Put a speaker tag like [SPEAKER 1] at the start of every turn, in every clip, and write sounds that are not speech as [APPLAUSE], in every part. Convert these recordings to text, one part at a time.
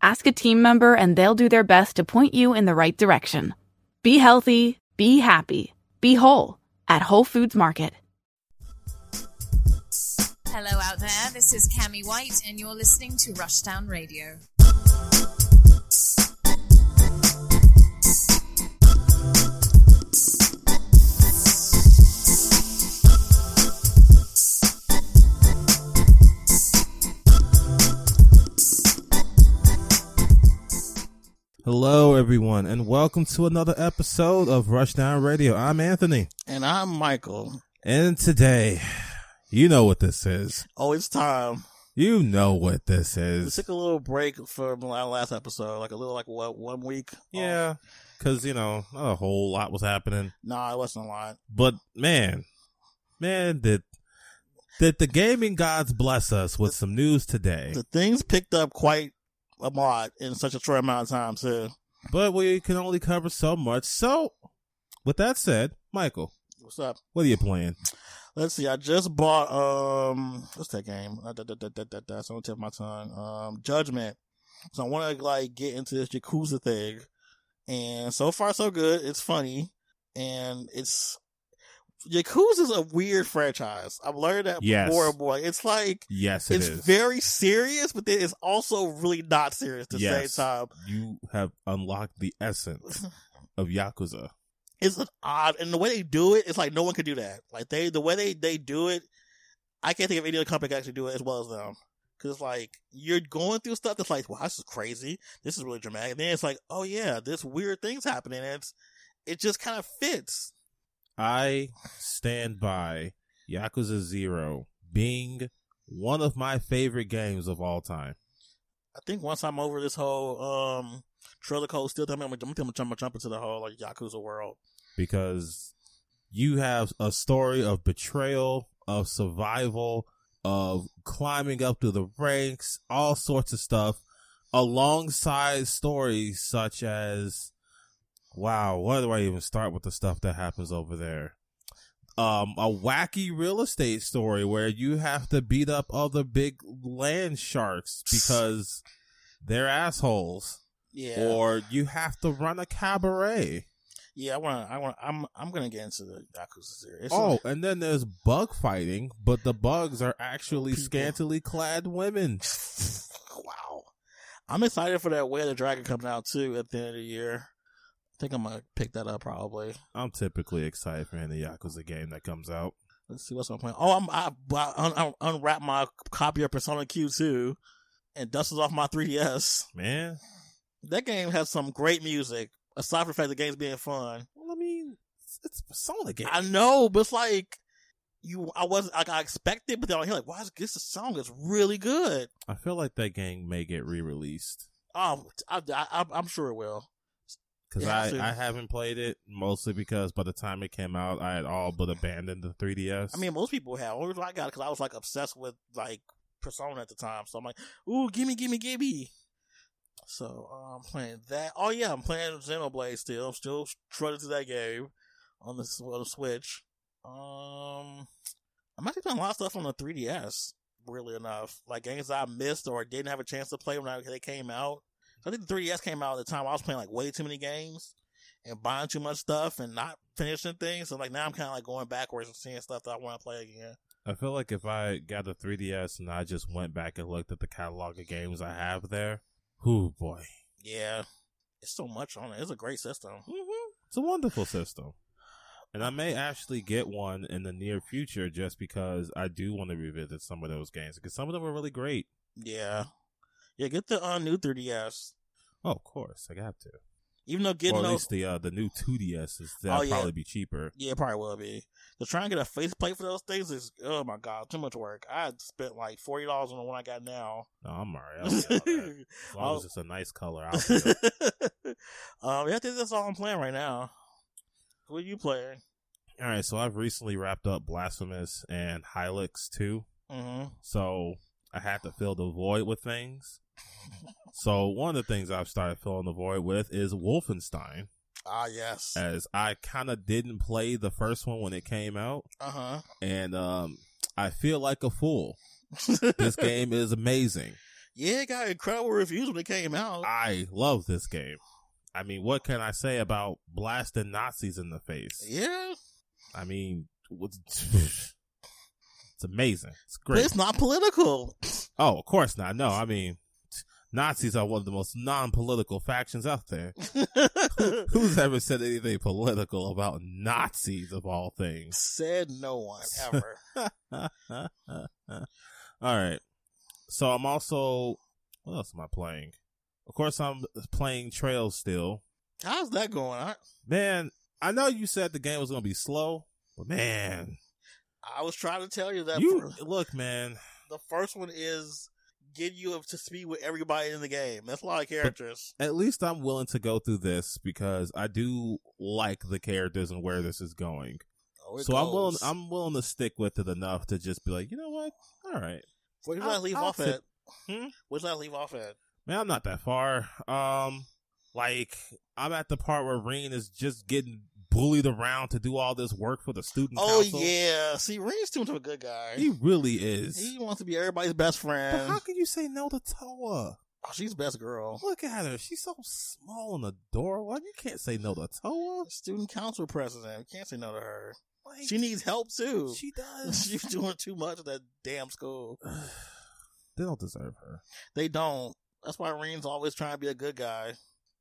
[SPEAKER 1] Ask a team member and they'll do their best to point you in the right direction. Be healthy, be happy, be whole at Whole Foods Market.
[SPEAKER 2] Hello out there, this is Cami White and you're listening to Rushdown Radio.
[SPEAKER 3] Hello, everyone, and welcome to another episode of Rushdown Radio. I'm Anthony,
[SPEAKER 4] And I'm Michael.
[SPEAKER 3] and today, you know what this is.
[SPEAKER 4] Oh, it's time.
[SPEAKER 3] You know what this
[SPEAKER 4] We
[SPEAKER 3] is.
[SPEAKER 4] took a little break from our last episode, like a little, like what, one week?
[SPEAKER 3] Yeah, because, you know, not a whole lot was happening.
[SPEAKER 4] Nah, it wasn't a lot.
[SPEAKER 3] But, man, man, did, did the gaming gods bless us with some news today.
[SPEAKER 4] The things picked up quite a lot in such a short amount of time, too.
[SPEAKER 3] But we can only cover so much. So, with that said, Michael,
[SPEAKER 4] What's up?
[SPEAKER 3] what are you playing?
[SPEAKER 4] Let's see. I just bought um, what's that game? Uh, da- da- da- da- da- da. It's on the tip of my tongue. Um, Judgment. So I want to like get into this Yakuza thing, and so far so good. It's funny, and it's Yakuza's a weird franchise. I've learned that
[SPEAKER 3] Yes.
[SPEAKER 4] more and more. It's like
[SPEAKER 3] Yes, it
[SPEAKER 4] it's
[SPEAKER 3] is.
[SPEAKER 4] very serious, but then it's also really not serious at the
[SPEAKER 3] Yes.
[SPEAKER 4] same time.
[SPEAKER 3] you have unlocked the
[SPEAKER 4] [LAUGHS]
[SPEAKER 3] essence of Yakuza.
[SPEAKER 4] it's an odd and the way they do it, it's like no one could do that. Like they the way they they do it, I can't think of any other company that can actually do it as well as them. Cause it's like you're going through stuff that's like, wow, this is crazy. This is really dramatic. And then it's like, oh yeah, this weird thing's happening. And it's it just kind of fits.
[SPEAKER 3] I stand by Yakuza Zero being one of my favorite games of all time.
[SPEAKER 4] I think once I'm over this whole um trailer code still, I'm gonna, I'm gonna jump, jump into the whole like Yakuza world.
[SPEAKER 3] because you have a story of betrayal, of survival, of climbing up through the ranks, all sorts of stuff, alongside stories such as, wow, where do I even start with the stuff that happens over there? Um, a wacky real estate story where you have to beat up other big land sharks because they're assholes,
[SPEAKER 4] Yeah.
[SPEAKER 3] or you have to run a cabaret.
[SPEAKER 4] yeah, I wanna I wanna I'm I'm gonna get into the Yakuza series. It's-
[SPEAKER 3] Oh, and then there's bug fighting, but the bugs are actually
[SPEAKER 4] People.
[SPEAKER 3] scantily clad women.
[SPEAKER 4] [LAUGHS] wow. I'm excited for that Way of the Dragon coming out too at the end of the year. I think I'm gonna pick that up probably.
[SPEAKER 3] I'm typically excited for any Yakuza game that comes out.
[SPEAKER 4] Let's see what's my plan. Oh, I'm I, I un, un, unwrapped my copy of Persona Q2 and dusted off my 3DS.
[SPEAKER 3] Man,
[SPEAKER 4] That game has some great music. Aside from the fact the game's being fun,
[SPEAKER 3] well, I mean, it's, it's a Persona game.
[SPEAKER 4] I know, but it's like you. I wasn't like I expected, but then I hear like, "Wow, this- this song is really good."
[SPEAKER 3] I feel like that game may get re-released
[SPEAKER 4] Oh, I, I, I'm- I'm sure it will.
[SPEAKER 3] because
[SPEAKER 4] Yeah,
[SPEAKER 3] I,
[SPEAKER 4] so-
[SPEAKER 3] I haven't played it mostly because by the time it came out, I had all but abandoned the 3DS.
[SPEAKER 4] I mean, most people have. Only reason I got it because I was like obsessed with like Persona at the time. So I'm like, ooh, gimme, gimme, gimme. So uh, I'm playing that. Oh yeah, I'm playing Xenoblade still. I'm still trudging to that game on the, s- on the Switch. Um, I'm actually playing a lot of stuff on the 3DS. Really enough, like games I missed or didn't have a chance to play when I, they came out. So I think the 3DS came out at the time I was playing like way too many games and buying too much stuff and not finishing things. So like now I'm kind of like going backwards and seeing stuff that I want to play again.
[SPEAKER 3] I feel like if I got the 3DS and I just went back and looked at the catalog of games I have there, whoo boy,
[SPEAKER 4] Yeah, it's so much on it. It's a great system.
[SPEAKER 3] hmm It's a wonderful system. And I may actually get one in the near future just because I do want to revisit some of those games because some of them are really great.
[SPEAKER 4] Yeah, yeah. Get the uh, new 3ds.
[SPEAKER 3] Oh, of course, I got to.
[SPEAKER 4] Even though
[SPEAKER 3] or
[SPEAKER 4] getting
[SPEAKER 3] at
[SPEAKER 4] those,
[SPEAKER 3] least the uh, the new 2DS is that'll
[SPEAKER 4] Oh, yeah.
[SPEAKER 3] probably be cheaper.
[SPEAKER 4] yeah, it probably will be. To try and get a faceplate for those things is oh my god, too much work. I spent like forty dollars on the one I got now.
[SPEAKER 3] No, I'm
[SPEAKER 4] [LAUGHS]
[SPEAKER 3] alright. I'll get all that. As long
[SPEAKER 4] Oh.
[SPEAKER 3] as it's a nice color, I'll get it.
[SPEAKER 4] [LAUGHS] um, yeah, I think that's all I'm playing right now. Who are you playing?
[SPEAKER 3] All right, so I've recently wrapped up Blasphemous and Hylix 2.
[SPEAKER 4] Mm-hmm.
[SPEAKER 3] So I had to fill the void with things. So one of the things I've started filling the void with is Wolfenstein,
[SPEAKER 4] Ah, yes. Uh
[SPEAKER 3] as I kind of didn't play the first one when it came out,
[SPEAKER 4] huh. [LAUGHS]
[SPEAKER 3] and um, I feel like a fool. This game is amazing.
[SPEAKER 4] yeah, it got incredible reviews when it came out.
[SPEAKER 3] I love this game. I mean, what can I say about blasting Nazis in the face?
[SPEAKER 4] yeah,
[SPEAKER 3] I mean, what's, [LAUGHS] it's amazing. It's
[SPEAKER 4] but
[SPEAKER 3] great.
[SPEAKER 4] it's
[SPEAKER 3] [LAUGHS]
[SPEAKER 4] not political.
[SPEAKER 3] Oh, of course not. No, I mean, Nazis are one of the most non-political factions out there. Who's ever said anything political about Nazis of all things?
[SPEAKER 4] [LAUGHS] Said
[SPEAKER 3] [LAUGHS]
[SPEAKER 4] no one ever.
[SPEAKER 3] All right. So I'm also what else am I playing? Of course, I'm playing Trails still.
[SPEAKER 4] How's that going? I,
[SPEAKER 3] Man, I know you said the game was gonna be slow, but man,
[SPEAKER 4] I was trying to tell you that
[SPEAKER 3] you
[SPEAKER 4] fir-
[SPEAKER 3] look, man.
[SPEAKER 4] the first one is get you up to speed with everybody in the game. That's a lot of characters.
[SPEAKER 3] At least I'm willing to go through this because I do like the characters and where this is going.
[SPEAKER 4] Oh, it
[SPEAKER 3] so I'm willing.
[SPEAKER 4] goes.
[SPEAKER 3] I'm willing to stick with it enough to just be like, you know what? All right,
[SPEAKER 4] Where did I
[SPEAKER 3] I'll-
[SPEAKER 4] leave
[SPEAKER 3] I'll
[SPEAKER 4] off
[SPEAKER 3] sit-
[SPEAKER 4] at?
[SPEAKER 3] Hmm?
[SPEAKER 4] Where did I leave off at?
[SPEAKER 3] man, I'm not that far. Um, like I'm at the part where Reen is just getting bullied around to do all this work for the student.
[SPEAKER 4] Oh
[SPEAKER 3] council.
[SPEAKER 4] yeah, see, Ray's too much of a good guy.
[SPEAKER 3] he
[SPEAKER 4] He,
[SPEAKER 3] really is.
[SPEAKER 4] wants to be everybody's best
[SPEAKER 3] but
[SPEAKER 4] friend.
[SPEAKER 3] how can you say no to Toa?
[SPEAKER 4] Oh, she's best girl.
[SPEAKER 3] Look at her. She's so small and adorable. You can't say no to Toa.
[SPEAKER 4] Student council president. We can't say no to her.
[SPEAKER 3] Like,
[SPEAKER 4] She needs help too. [LAUGHS]
[SPEAKER 3] She does.
[SPEAKER 4] She's doing too much at that damn school.
[SPEAKER 3] [SIGHS] they don't deserve her.
[SPEAKER 4] They don't. That's why Reen's always trying to be a good guy.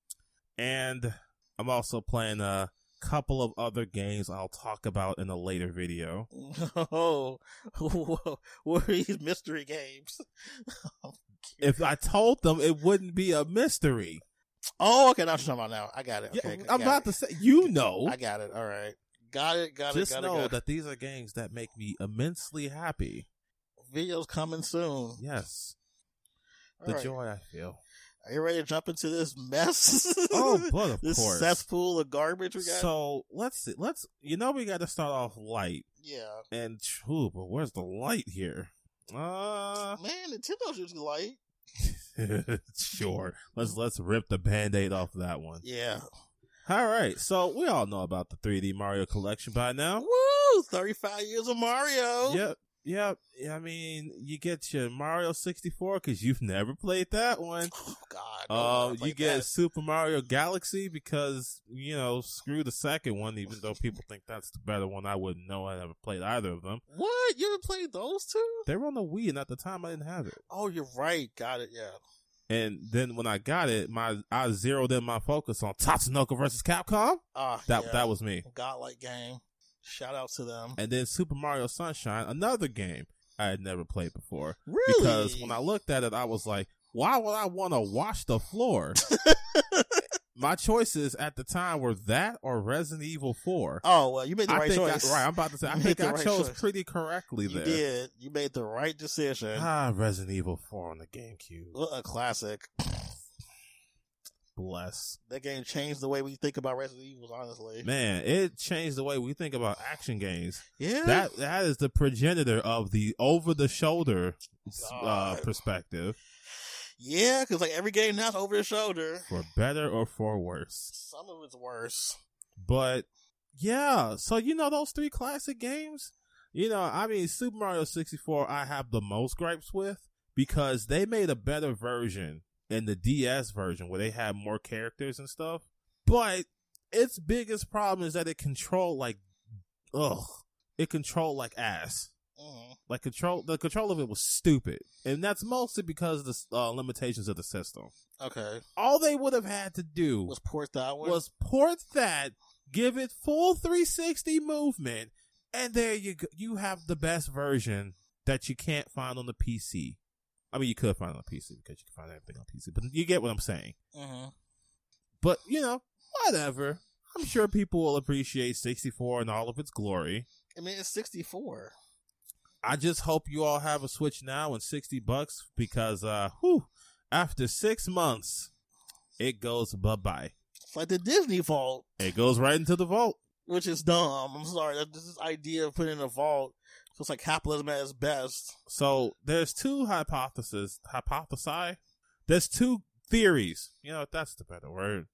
[SPEAKER 4] [LAUGHS]
[SPEAKER 3] and I'm also playing a couple of other games I'll talk about in a later video.
[SPEAKER 4] Oh, [LAUGHS] what are these mystery games?
[SPEAKER 3] If I told them, it wouldn't be a mystery.
[SPEAKER 4] Oh, okay, now what you're talking about now. I got it.
[SPEAKER 3] Yeah,
[SPEAKER 4] Okay, I
[SPEAKER 3] I'm
[SPEAKER 4] got
[SPEAKER 3] about
[SPEAKER 4] it.
[SPEAKER 3] to say, you know,
[SPEAKER 4] [LAUGHS] I got it. All right, got it. Got
[SPEAKER 3] just
[SPEAKER 4] it. Got
[SPEAKER 3] know
[SPEAKER 4] it. Got it.
[SPEAKER 3] that these are games that make me immensely happy.
[SPEAKER 4] Video's coming soon.
[SPEAKER 3] Yes,
[SPEAKER 4] All
[SPEAKER 3] the
[SPEAKER 4] right.
[SPEAKER 3] joy I
[SPEAKER 4] [LAUGHS]
[SPEAKER 3] feel.
[SPEAKER 4] Are you ready to jump into this mess? [LAUGHS]
[SPEAKER 3] Oh, but of
[SPEAKER 4] this
[SPEAKER 3] course.
[SPEAKER 4] cesspool of garbage we got.
[SPEAKER 3] So let's see. Let's you know we got to start off light
[SPEAKER 4] yeah,
[SPEAKER 3] and true, but where's the light here? Uh [LAUGHS]
[SPEAKER 4] man, Nintendo's usually light.
[SPEAKER 3] sure. Let's let's rip the band-aid off that one.
[SPEAKER 4] Yeah.
[SPEAKER 3] All right, so we all know about the 3D Mario collection by now.
[SPEAKER 4] Woo! Thirty-five years of Mario.
[SPEAKER 3] Yep, yep. I mean, you get your Mario 64 because you've never played that one.
[SPEAKER 4] Oh God. no,
[SPEAKER 3] Uh,
[SPEAKER 4] I
[SPEAKER 3] you
[SPEAKER 4] played
[SPEAKER 3] get
[SPEAKER 4] that.
[SPEAKER 3] Super Mario Galaxy because you know screw the second one, even though people think that's the better one. I wouldn't know. I never played either of them.
[SPEAKER 4] what? You ever played those two?
[SPEAKER 3] They were on the Wii, and at the time I didn't have it.
[SPEAKER 4] Oh, you're right. Got it. Yeah.
[SPEAKER 3] And then when I got it, my I zeroed in my focus on Tatsunoko versus Capcom.
[SPEAKER 4] Ah,
[SPEAKER 3] That
[SPEAKER 4] yeah.
[SPEAKER 3] that was me.
[SPEAKER 4] godlike game. Shout out to them.
[SPEAKER 3] And then Super Mario Sunshine, another game I had never played before.
[SPEAKER 4] Really?
[SPEAKER 3] because when I looked at it, I was like, why would I want to wash the
[SPEAKER 4] [LAUGHS]
[SPEAKER 3] floor? My choices at the time were that or Resident Evil 4.
[SPEAKER 4] oh well, you made the
[SPEAKER 3] I
[SPEAKER 4] right
[SPEAKER 3] think
[SPEAKER 4] choice.
[SPEAKER 3] I, right, I'm about to say, I
[SPEAKER 4] You
[SPEAKER 3] think
[SPEAKER 4] made the
[SPEAKER 3] I
[SPEAKER 4] right
[SPEAKER 3] chose
[SPEAKER 4] choice.
[SPEAKER 3] pretty correctly
[SPEAKER 4] you
[SPEAKER 3] there.
[SPEAKER 4] did. You made the right decision.
[SPEAKER 3] Ah, Resident Evil 4 on the GameCube.
[SPEAKER 4] What a classic.
[SPEAKER 3] Bless.
[SPEAKER 4] That game changed the way we think about Resident Evil. Honestly,
[SPEAKER 3] Man, it changed the way we think about action
[SPEAKER 4] [LAUGHS]
[SPEAKER 3] games.
[SPEAKER 4] yeah.
[SPEAKER 3] That that is the progenitor of the over the shoulder uh,
[SPEAKER 4] God.
[SPEAKER 3] perspective,
[SPEAKER 4] Yeah, because like every game now is over the shoulder.
[SPEAKER 3] for better or for worse.
[SPEAKER 4] Some of it's worse.
[SPEAKER 3] But yeah, so you know those three classic games? You know, I mean Super Mario 64 I have the most gripes with because they made a better version in the DS version where they had more characters and stuff. But its biggest problem is that it controlled like ugh, it controlled like ass.
[SPEAKER 4] Mhm.
[SPEAKER 3] Like control the control of it was stupid. And that's mostly because of the uh, limitations of the system.
[SPEAKER 4] Okay,
[SPEAKER 3] All they would have had to do
[SPEAKER 4] was port that one.
[SPEAKER 3] was port that, give it full 360 movement, and there you go. You have the best version that you can't find on the PC. I mean, you
[SPEAKER 4] Mm-hmm.
[SPEAKER 3] could find it on PC because you can find everything on PC, but you get what I'm saying.
[SPEAKER 4] Mhm.
[SPEAKER 3] But you know, Whatever. I'm sure people will appreciate 64 in all of its glory.
[SPEAKER 4] I mean, it's 64.
[SPEAKER 3] I just hope you all have a Switch now and 60 bucks because, uh, whew, after six months, it goes bye bye.
[SPEAKER 4] It's like the Disney Vault,
[SPEAKER 3] It goes right into the vault.
[SPEAKER 4] which is dumb. I'm sorry. That- This is idea of putting in a vault. So it's like capitalism at its best. [LAUGHS]
[SPEAKER 3] So there's two hypotheses, hypothesi. There's two theories. You know, that's the better word.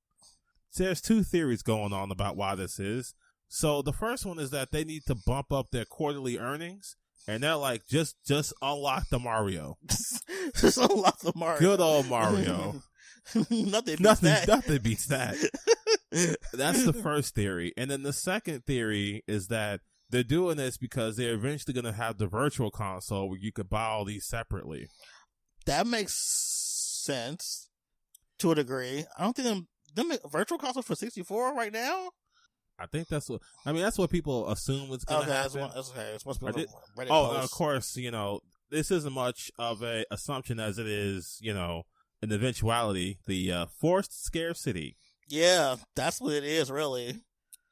[SPEAKER 3] So there's two theories going on about why this is. So the first one is that they need to bump up their quarterly earnings, and they're like, just just unlock the Mario,
[SPEAKER 4] There's a lot of Mario. [LAUGHS]
[SPEAKER 3] good old Mario.
[SPEAKER 4] nothing.
[SPEAKER 3] nothing,
[SPEAKER 4] Nothing.
[SPEAKER 3] nothing beats
[SPEAKER 4] [LAUGHS]
[SPEAKER 3] that. That's the first theory. And then the second theory is that they're doing this because they're eventually going to have the virtual console where you could buy all these separately.
[SPEAKER 4] that makes sense to a degree. I don't think them, them virtual console for 64 right now.
[SPEAKER 3] I think that's what I mean. That's what people assume is going
[SPEAKER 4] okay,
[SPEAKER 3] to
[SPEAKER 4] that's,
[SPEAKER 3] happen.
[SPEAKER 4] one, that's okay. It's supposed to
[SPEAKER 3] I
[SPEAKER 4] be
[SPEAKER 3] did-
[SPEAKER 4] Reddit
[SPEAKER 3] oh, and
[SPEAKER 4] post.
[SPEAKER 3] of course, you know this isn't much of a assumption as it is, you know, an eventuality, the uh, forced scarcity.
[SPEAKER 4] Yeah, that's what it is, really.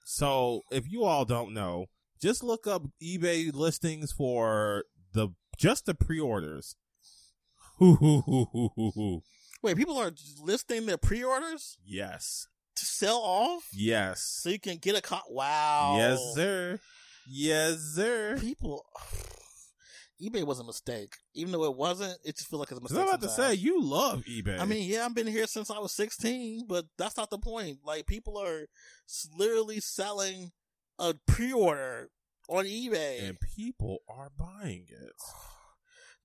[SPEAKER 3] So if you all don't know, just look up eBay listings for the just the pre-orders. [LAUGHS] Hoo, hoo, hoo, hoo, hoo, hoo.
[SPEAKER 4] Wait, people are listing their pre-orders
[SPEAKER 3] Yes.
[SPEAKER 4] to sell off
[SPEAKER 3] Yes.
[SPEAKER 4] so you can get a cop. Wow.
[SPEAKER 3] Yes, sir. Yes, sir.
[SPEAKER 4] People, [SIGHS] eBay was a mistake, even though it wasn't. It just feels like it's a
[SPEAKER 3] 'Cause
[SPEAKER 4] mistake.
[SPEAKER 3] I'm about to say
[SPEAKER 4] sometimes.
[SPEAKER 3] you love eBay.
[SPEAKER 4] I mean, yeah, I've been here since I was 16, but that's not the point. Like, people are s- literally selling a pre-order on eBay
[SPEAKER 3] and people are buying it.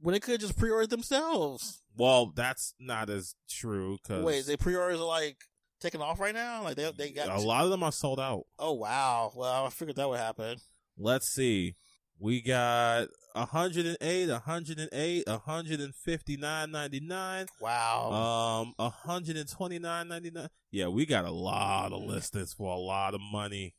[SPEAKER 4] when they could just pre-order themselves.
[SPEAKER 3] Well, that's not as true because
[SPEAKER 4] Wait, they pre-orders are like taking off right now? Like they they got
[SPEAKER 3] a lot of them are sold out.
[SPEAKER 4] Oh wow! Well, I figured that would happen.
[SPEAKER 3] Let's see. We got 108, 108, 159.99.
[SPEAKER 4] Wow.
[SPEAKER 3] Um, one hundred and twenty nine ninety nine. Yeah, we got a lot
[SPEAKER 4] Mm.
[SPEAKER 3] of listings for a lot of money,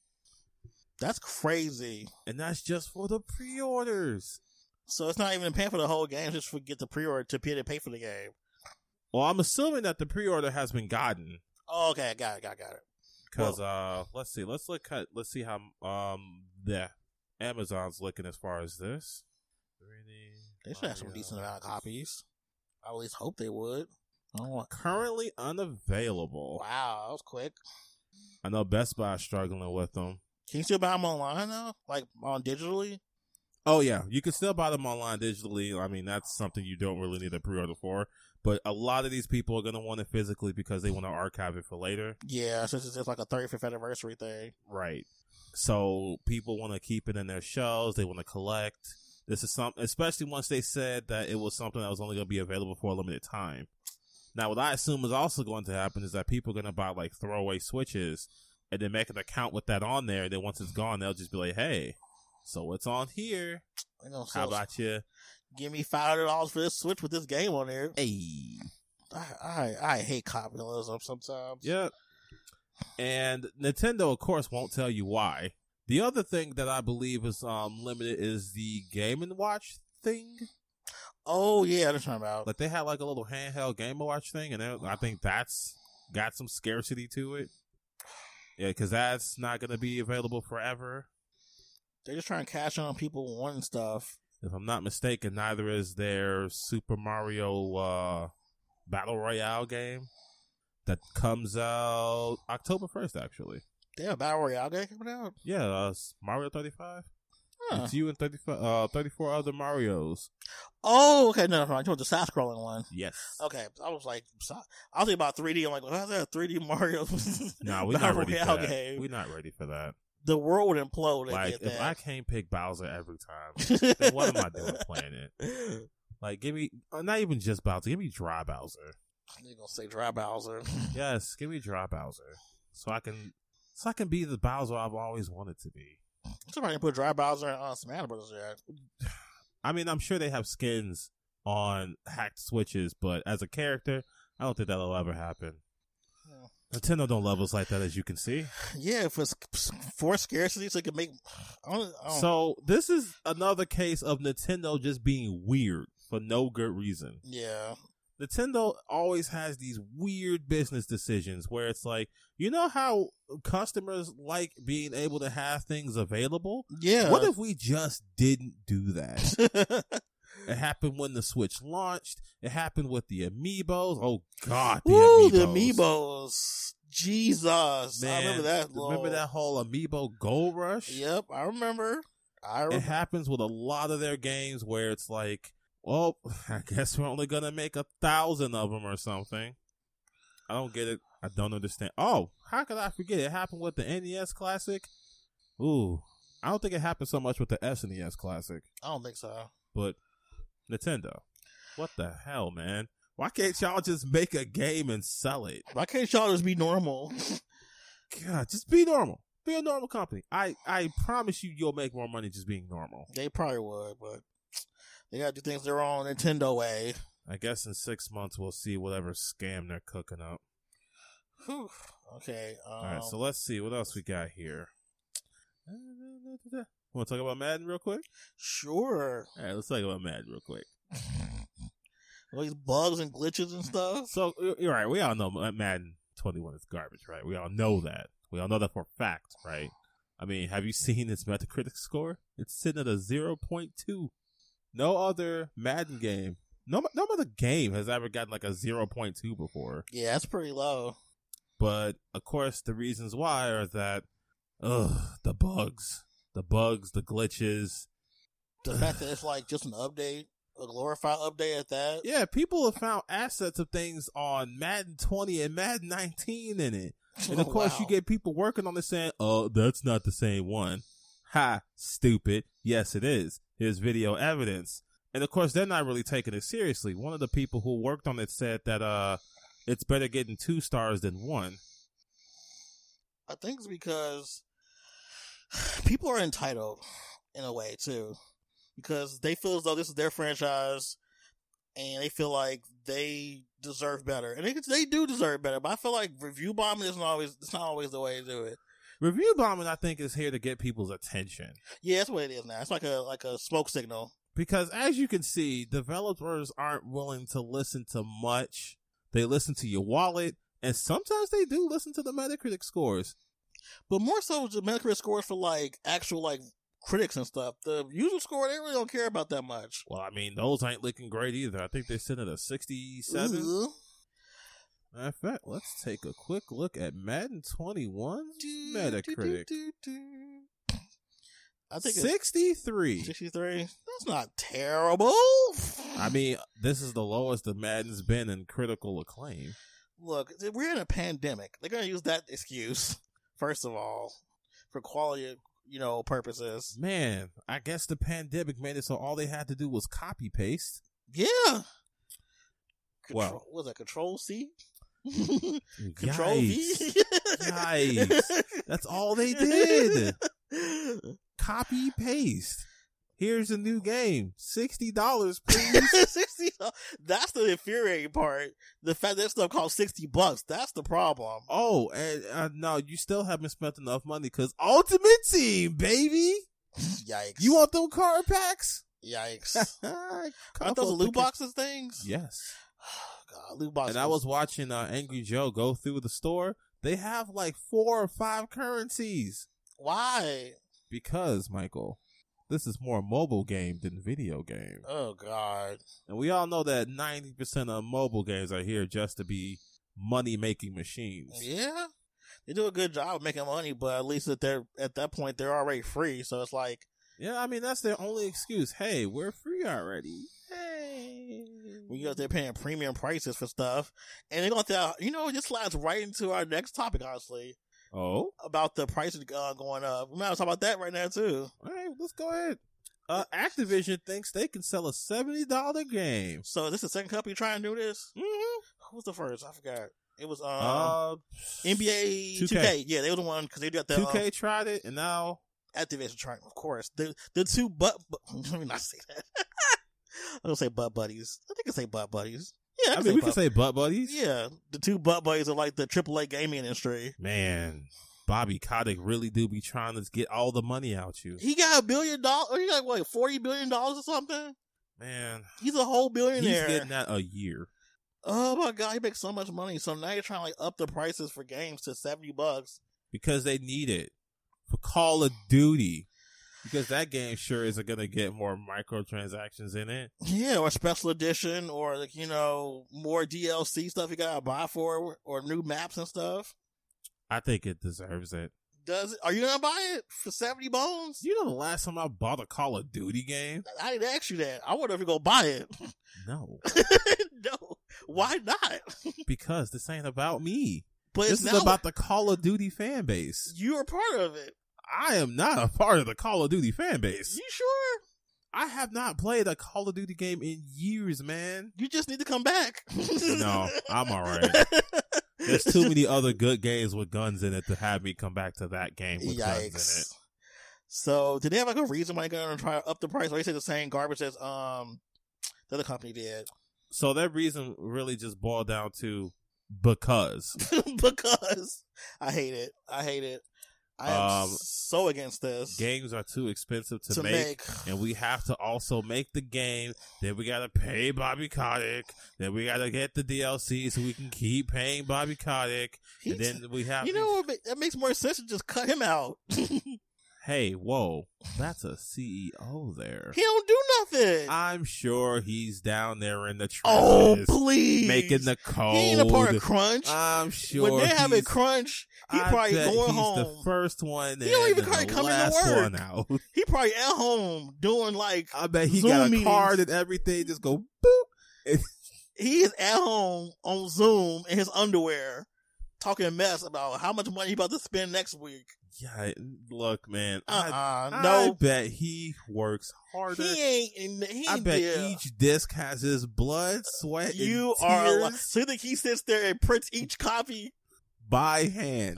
[SPEAKER 4] That's crazy.
[SPEAKER 3] and that's just for the pre-orders.
[SPEAKER 4] So it's not even paying for the whole game; just for get the pre-order to pay to pay for the game.
[SPEAKER 3] Well, I'm assuming that the pre-order has been gotten
[SPEAKER 4] Oh, okay, got it, got it, got it.
[SPEAKER 3] because uh, let's see, let's look at let's see how um the Amazon's looking as far as this.
[SPEAKER 4] They
[SPEAKER 3] Oh,
[SPEAKER 4] should have some decent amount of copies. I at least hope they would. I don't want.
[SPEAKER 3] Currently unavailable.
[SPEAKER 4] Wow, that was quick.
[SPEAKER 3] I know Best Buy's struggling with them.
[SPEAKER 4] Can you still buy them online though? Like on digitally?
[SPEAKER 3] Oh yeah, you can still buy them online digitally. I mean, that's something you don't really need a pre-order for. But a lot of these people are gonna want it physically because they want to archive it for later.
[SPEAKER 4] Yeah, since it's it's like a 35th anniversary thing.
[SPEAKER 3] Right. So people want to keep it in their shelves. They want to collect. This is something, especially once they said that it was something that was only going to be available for a limited time. Now, what I assume is also going to happen is that people are going to buy like throwaway switches and then make an account with that on there. And then once it's gone, they'll just be like, "Hey, so it's on here.
[SPEAKER 4] You know, so
[SPEAKER 3] How about you?"
[SPEAKER 4] give me five hundred dollars for this Switch with this game on there?
[SPEAKER 3] Hey.
[SPEAKER 4] I I, I hate capitalism sometimes.
[SPEAKER 3] Yep. And Nintendo, of course, won't tell you why. The other thing that I believe is um limited is the Game and Watch thing.
[SPEAKER 4] Oh yeah, that's what I'm about.
[SPEAKER 3] Like they had like a little handheld Game and Watch thing, and that- I think that's got some scarcity to it. Yeah, because that's not going to be available forever.
[SPEAKER 4] They're just trying to cash in on people wanting stuff.
[SPEAKER 3] If I'm not mistaken, neither is their Super Mario uh, Battle Royale game that comes out October 1st, actually.
[SPEAKER 4] They have a battle royale game coming out.
[SPEAKER 3] Yeah, uh, s- Mario 35.
[SPEAKER 4] Huh.
[SPEAKER 3] It's you and 35, uh, 34 other Marios.
[SPEAKER 4] Oh, okay, no, no, no, I told the side scrolling one.
[SPEAKER 3] Yes.
[SPEAKER 4] Okay, I was like, so- I was thinking about 3D. I'm like, how's that a 3D Mario? [LAUGHS]
[SPEAKER 3] No, we're not
[SPEAKER 4] battle
[SPEAKER 3] ready for
[SPEAKER 4] royale
[SPEAKER 3] that.
[SPEAKER 4] game?
[SPEAKER 3] We're not ready for that.
[SPEAKER 4] the world would implode.
[SPEAKER 3] Like,
[SPEAKER 4] Like,
[SPEAKER 3] if I can't pick Bowser every time, [LAUGHS] then what am I doing playing it?
[SPEAKER 4] [LAUGHS]
[SPEAKER 3] Like, give me, uh, not even just Bowser, give me Dry Bowser.
[SPEAKER 4] They're gonna say Dry Bowser. [LAUGHS]
[SPEAKER 3] Yes, give me Dry Bowser. So I can, so I can be the Bowser I've always wanted to be.
[SPEAKER 4] Somebody put Dry Bowser and uh, Smash Brothers. yet. [LAUGHS]
[SPEAKER 3] I mean, I'm sure they have skins on hacked switches, but as a character, I don't think that'll ever happen.
[SPEAKER 4] Yeah.
[SPEAKER 3] Nintendo don't love us like that, as you can see.
[SPEAKER 4] Yeah, if it's for scarcity, so it can make. I don't, I don't,
[SPEAKER 3] So this is another case of Nintendo just being weird for no good reason.
[SPEAKER 4] yeah,
[SPEAKER 3] Nintendo always has these weird business decisions where it's like, you know how customers like being able to have things available?
[SPEAKER 4] Yeah. [LAUGHS]
[SPEAKER 3] What if we just didn't do that? [LAUGHS] it happened when the Switch launched. It happened with the Amiibos. Oh God, the
[SPEAKER 4] Ooh,
[SPEAKER 3] Amiibos.
[SPEAKER 4] the Amiibos. Jesus. I
[SPEAKER 3] Man,
[SPEAKER 4] remember that.
[SPEAKER 3] Remember
[SPEAKER 4] lol.
[SPEAKER 3] that whole Amiibo Gold Rush?
[SPEAKER 4] Yep, I remember. I
[SPEAKER 3] It
[SPEAKER 4] remember.
[SPEAKER 3] happens with a lot of their games where it's like, well, [LAUGHS] I guess we're only gonna make a thousand of them or something. I don't get it. I don't understand. Oh, how could I forget? It happened with the NES Classic. Ooh, I don't think it happened so much with the SNES Classic,
[SPEAKER 4] I don't think so.
[SPEAKER 3] but Nintendo. What the hell, man? Why can't y'all just make a game and sell it?
[SPEAKER 4] Why can't y'all just be normal? [LAUGHS]
[SPEAKER 3] God, just be normal. Be a normal company. I, I promise you, you'll make more money just being normal.
[SPEAKER 4] they probably would, but they gotta do things their own Nintendo way.
[SPEAKER 3] I guess in six months we'll see whatever scam they're cooking up.
[SPEAKER 4] Whew. Okay. Um,
[SPEAKER 3] All right, so let's see what else we got here. Want to talk about Madden real quick?
[SPEAKER 4] sure.
[SPEAKER 3] All right, let's talk about Madden real quick.
[SPEAKER 4] All these bugs and glitches and stuff.
[SPEAKER 3] [LAUGHS] So you're- you're right. We all know Ma- Madden 21 is garbage, right? We all know that. We all know that for a fact, right? I mean, have you [LAUGHS] seen its Metacritic score? It's sitting at a 0.2. No other Madden game, no no other game has ever gotten like a 0.2 before.
[SPEAKER 4] Yeah, that's pretty low.
[SPEAKER 3] But of course, the reasons why are that, ugh, the bugs, the bugs, the glitches.
[SPEAKER 4] The fact that it's like just an update, a glorified update at that.
[SPEAKER 3] Yeah, people have found assets of things on Madden 20 and Madden 19 in it. And of
[SPEAKER 4] Oh,
[SPEAKER 3] course, you
[SPEAKER 4] [LAUGHS] wow.
[SPEAKER 3] get people working on this saying, oh, that's not the same one. Ha, stupid. Yes, it is. Here's video evidence. And of course, they're not really taking it seriously. One of the people who worked on it said that uh, it's better getting two stars than one.
[SPEAKER 4] I think it's because [SIGHS] people are entitled in a way too, because they feel as though this is their franchise, and they feel like they deserve better, and they they do deserve better. But I feel like review bombing isn't always it's not always the way to do it.
[SPEAKER 3] Review bombing, I think, is here to get people's attention.
[SPEAKER 4] Yeah, that's what it is now. It's like a like a smoke signal.
[SPEAKER 3] Because as you can see, developers aren't willing to listen to much. They listen to your wallet, and sometimes they do listen to the Metacritic scores.
[SPEAKER 4] But more so, the Metacritic scores for like actual like critics and stuff. The user score they really don't care about that much.
[SPEAKER 3] Well, I mean, those ain't looking great either. I think they sit at a 67.
[SPEAKER 4] Ooh.
[SPEAKER 3] Matter of fact, let's take a quick look at Madden 21
[SPEAKER 4] Do, do,
[SPEAKER 3] Metacritic.
[SPEAKER 4] do, do, do. I think it's
[SPEAKER 3] 63.
[SPEAKER 4] 63. That's not terrible.
[SPEAKER 3] I mean, this is the lowest the Madden's been in critical acclaim.
[SPEAKER 4] look, we're in a pandemic. They're going to use that excuse, first of all, for quality, you know, purposes.
[SPEAKER 3] Man, I guess the pandemic made it so all they had to do was copy paste.
[SPEAKER 4] Yeah.
[SPEAKER 3] Wow.
[SPEAKER 4] Control, was that
[SPEAKER 3] [LAUGHS]
[SPEAKER 4] Control C? Control [LAUGHS]
[SPEAKER 3] Yikes.
[SPEAKER 4] V?
[SPEAKER 3] Yikes. That's all they did. copy paste. Here's a new game. Sixty dollars, please.
[SPEAKER 4] 60 [LAUGHS] That's the infuriating part. The fact that stuff costs 60 bucks. That's the problem.
[SPEAKER 3] oh, and uh, no, you still haven't spent enough money because Ultimate Team, baby.
[SPEAKER 4] Yikes.
[SPEAKER 3] You want them card packs? [LAUGHS]
[SPEAKER 4] Yikes.
[SPEAKER 3] Are
[SPEAKER 4] Aren't those loot boxes things? Oh,
[SPEAKER 3] Yes.
[SPEAKER 4] God, loot boxes.
[SPEAKER 3] And I was watching uh, Angry Joe go through the store. They have like four or five currencies
[SPEAKER 4] why?
[SPEAKER 3] because Michael, this is more mobile game than video game.
[SPEAKER 4] Oh God.
[SPEAKER 3] And we all know that 90% of mobile games are here just to be money making machines.
[SPEAKER 4] Yeah. They do a good job of making money, but at least at they're at that point they're already free, so it's like
[SPEAKER 3] Yeah, I mean, that's their only excuse. Hey, we're free already. Hey.
[SPEAKER 4] when you're out there paying premium prices for stuff. And they're gonna tell you know, this slides right into our next topic, honestly,
[SPEAKER 3] Oh,
[SPEAKER 4] about the prices uh, going up. We might as well talk about that right now too.
[SPEAKER 3] all right, let's go ahead. Uh, Activision thinks they can sell a $70 game.
[SPEAKER 4] So is this the second company trying to do this?
[SPEAKER 3] Mm-hmm.
[SPEAKER 4] Who was the first? I forgot. It was um
[SPEAKER 3] Uh,
[SPEAKER 4] NBA 2K.
[SPEAKER 3] 2K.
[SPEAKER 4] Yeah, they were the one because they got the um,
[SPEAKER 3] 2K tried it, and now
[SPEAKER 4] Activision Triumph, of course. The the two butt. Bu- [LAUGHS] Let me not say that. [LAUGHS] I'm gonna say butt buddies. I think I say butt buddies. Yeah, I,
[SPEAKER 3] I
[SPEAKER 4] can
[SPEAKER 3] mean,
[SPEAKER 4] say
[SPEAKER 3] we
[SPEAKER 4] butt-
[SPEAKER 3] can say butt buddies.
[SPEAKER 4] Yeah, the two butt buddies are like the AAA gaming industry.
[SPEAKER 3] Man, Bobby Kotick really do be trying to get all the money out you.
[SPEAKER 4] He got a billion dollars. He got what forty billion dollars or something.
[SPEAKER 3] Man,
[SPEAKER 4] He's a whole
[SPEAKER 3] he's
[SPEAKER 4] billionaire.
[SPEAKER 3] getting that a year.
[SPEAKER 4] oh my god, you make so much money. So now you're trying to like up the prices for games to seventy bucks.
[SPEAKER 3] because they need it for Call of Duty. Because that game sure isn't going to get more microtransactions in it.
[SPEAKER 4] Yeah, or special edition, or like you know more DLC stuff you gotta buy for, it, or new maps and stuff.
[SPEAKER 3] I think it deserves it.
[SPEAKER 4] Does it, are you gonna buy it for seventy bones?
[SPEAKER 3] You know, the last time I bought a Call of Duty game?
[SPEAKER 4] I didn't ask you that. I wonder if you're gonna
[SPEAKER 3] [LAUGHS]
[SPEAKER 4] buy it.
[SPEAKER 3] No,
[SPEAKER 4] [LAUGHS] no, why not? [LAUGHS]
[SPEAKER 3] because this ain't about me.
[SPEAKER 4] But
[SPEAKER 3] This
[SPEAKER 4] it's
[SPEAKER 3] is
[SPEAKER 4] now
[SPEAKER 3] about the Call of Duty fan base.
[SPEAKER 4] you're a part of it.
[SPEAKER 3] I am not a part of the Call of Duty fan base.
[SPEAKER 4] You sure?
[SPEAKER 3] I have not played a Call of Duty game in years, man.
[SPEAKER 4] You just need to come back.
[SPEAKER 3] [LAUGHS] No, I'm all right.
[SPEAKER 4] [LAUGHS]
[SPEAKER 3] There's too many other good games with guns in it to have me come back to that game with guns in it.
[SPEAKER 4] Yikes. So did they have like a reason why they're gonna try to up the price? Or they said the same garbage as um the other company did [LAUGHS]
[SPEAKER 3] So that reason really just boiled down to
[SPEAKER 4] [LAUGHS]
[SPEAKER 3] because.
[SPEAKER 4] because I hate it. I hate it. I am
[SPEAKER 3] Um,
[SPEAKER 4] so against this
[SPEAKER 3] games are too expensive to,
[SPEAKER 4] to
[SPEAKER 3] make,
[SPEAKER 4] make.
[SPEAKER 3] and we have to also make the game. Then we gotta pay Bobby Kotick. Then we gotta get the DLC so we can keep paying Bobby Kotick.
[SPEAKER 4] He-
[SPEAKER 3] and then we have
[SPEAKER 4] you know what? ma- That makes more sense to just cut him out. [LAUGHS] he
[SPEAKER 3] hey, whoa, that's a CEO there.
[SPEAKER 4] don't do nothing.
[SPEAKER 3] I'm sure he's down there in the trenches
[SPEAKER 4] oh please,
[SPEAKER 3] making the cold.
[SPEAKER 4] he ain't a part of Crunch.
[SPEAKER 3] I'm sure
[SPEAKER 4] when they have a
[SPEAKER 3] he's-
[SPEAKER 4] crunch, he
[SPEAKER 3] I
[SPEAKER 4] probably
[SPEAKER 3] bet
[SPEAKER 4] going
[SPEAKER 3] he's
[SPEAKER 4] home.
[SPEAKER 3] the first one.
[SPEAKER 4] He don't
[SPEAKER 3] in
[SPEAKER 4] even
[SPEAKER 3] and
[SPEAKER 4] probably
[SPEAKER 3] the
[SPEAKER 4] come into
[SPEAKER 3] last
[SPEAKER 4] work.
[SPEAKER 3] One out.
[SPEAKER 4] he probably at home doing like
[SPEAKER 3] I bet he
[SPEAKER 4] Zoom
[SPEAKER 3] got a
[SPEAKER 4] meetings.
[SPEAKER 3] card and everything. Just go boop.
[SPEAKER 4] he is at home on Zoom in his underwear talking mess about how much money he about to spend next week.
[SPEAKER 3] Yeah, look, man.
[SPEAKER 4] Uh
[SPEAKER 3] I-
[SPEAKER 4] uh
[SPEAKER 3] I,
[SPEAKER 4] no,
[SPEAKER 3] bet he works harder.
[SPEAKER 4] he ain't. In, he
[SPEAKER 3] I
[SPEAKER 4] ain't
[SPEAKER 3] bet
[SPEAKER 4] there.
[SPEAKER 3] each disc has his blood, sweat,
[SPEAKER 4] you
[SPEAKER 3] and
[SPEAKER 4] are. a
[SPEAKER 3] tears
[SPEAKER 4] li- So you think he sits there and prints each copy?
[SPEAKER 3] by
[SPEAKER 4] [LAUGHS]
[SPEAKER 3] hand.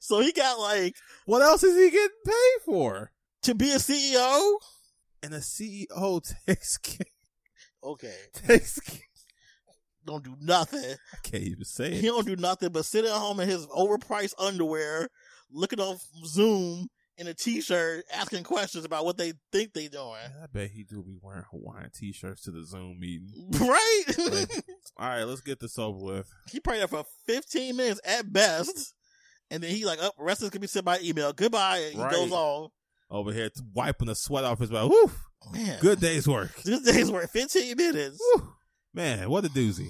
[SPEAKER 4] So he got like
[SPEAKER 3] what else is he getting paid for?
[SPEAKER 4] to be a E CEO.
[SPEAKER 3] And a CEO takes [LAUGHS] ca-
[SPEAKER 4] Okay,
[SPEAKER 3] takes. ca-
[SPEAKER 4] don't do nothing. [LAUGHS]
[SPEAKER 3] I can't even say
[SPEAKER 4] He
[SPEAKER 3] it.
[SPEAKER 4] don't do nothing but sit at home in his overpriced underwear, looking on Zoom in a t-shirt, asking questions about what they think
[SPEAKER 3] [LAUGHS]
[SPEAKER 4] they doing.
[SPEAKER 3] I bet he do be wearing Hawaiian t-shirts to the Zoom meeting.
[SPEAKER 4] Right?
[SPEAKER 3] Like- All right, let's get this over with.
[SPEAKER 4] [LAUGHS] he probably there for 15 minutes at best. And then he like, oh, rest of this can be sent by email. Goodbye. And he
[SPEAKER 3] Right.
[SPEAKER 4] goes on.
[SPEAKER 3] Over here, t- wiping the sweat off his back. Woo!
[SPEAKER 4] Man,
[SPEAKER 3] Good
[SPEAKER 4] [LAUGHS]
[SPEAKER 3] day's work.
[SPEAKER 4] This day's worth 15 minutes.
[SPEAKER 3] Woo! Man, what a doozy.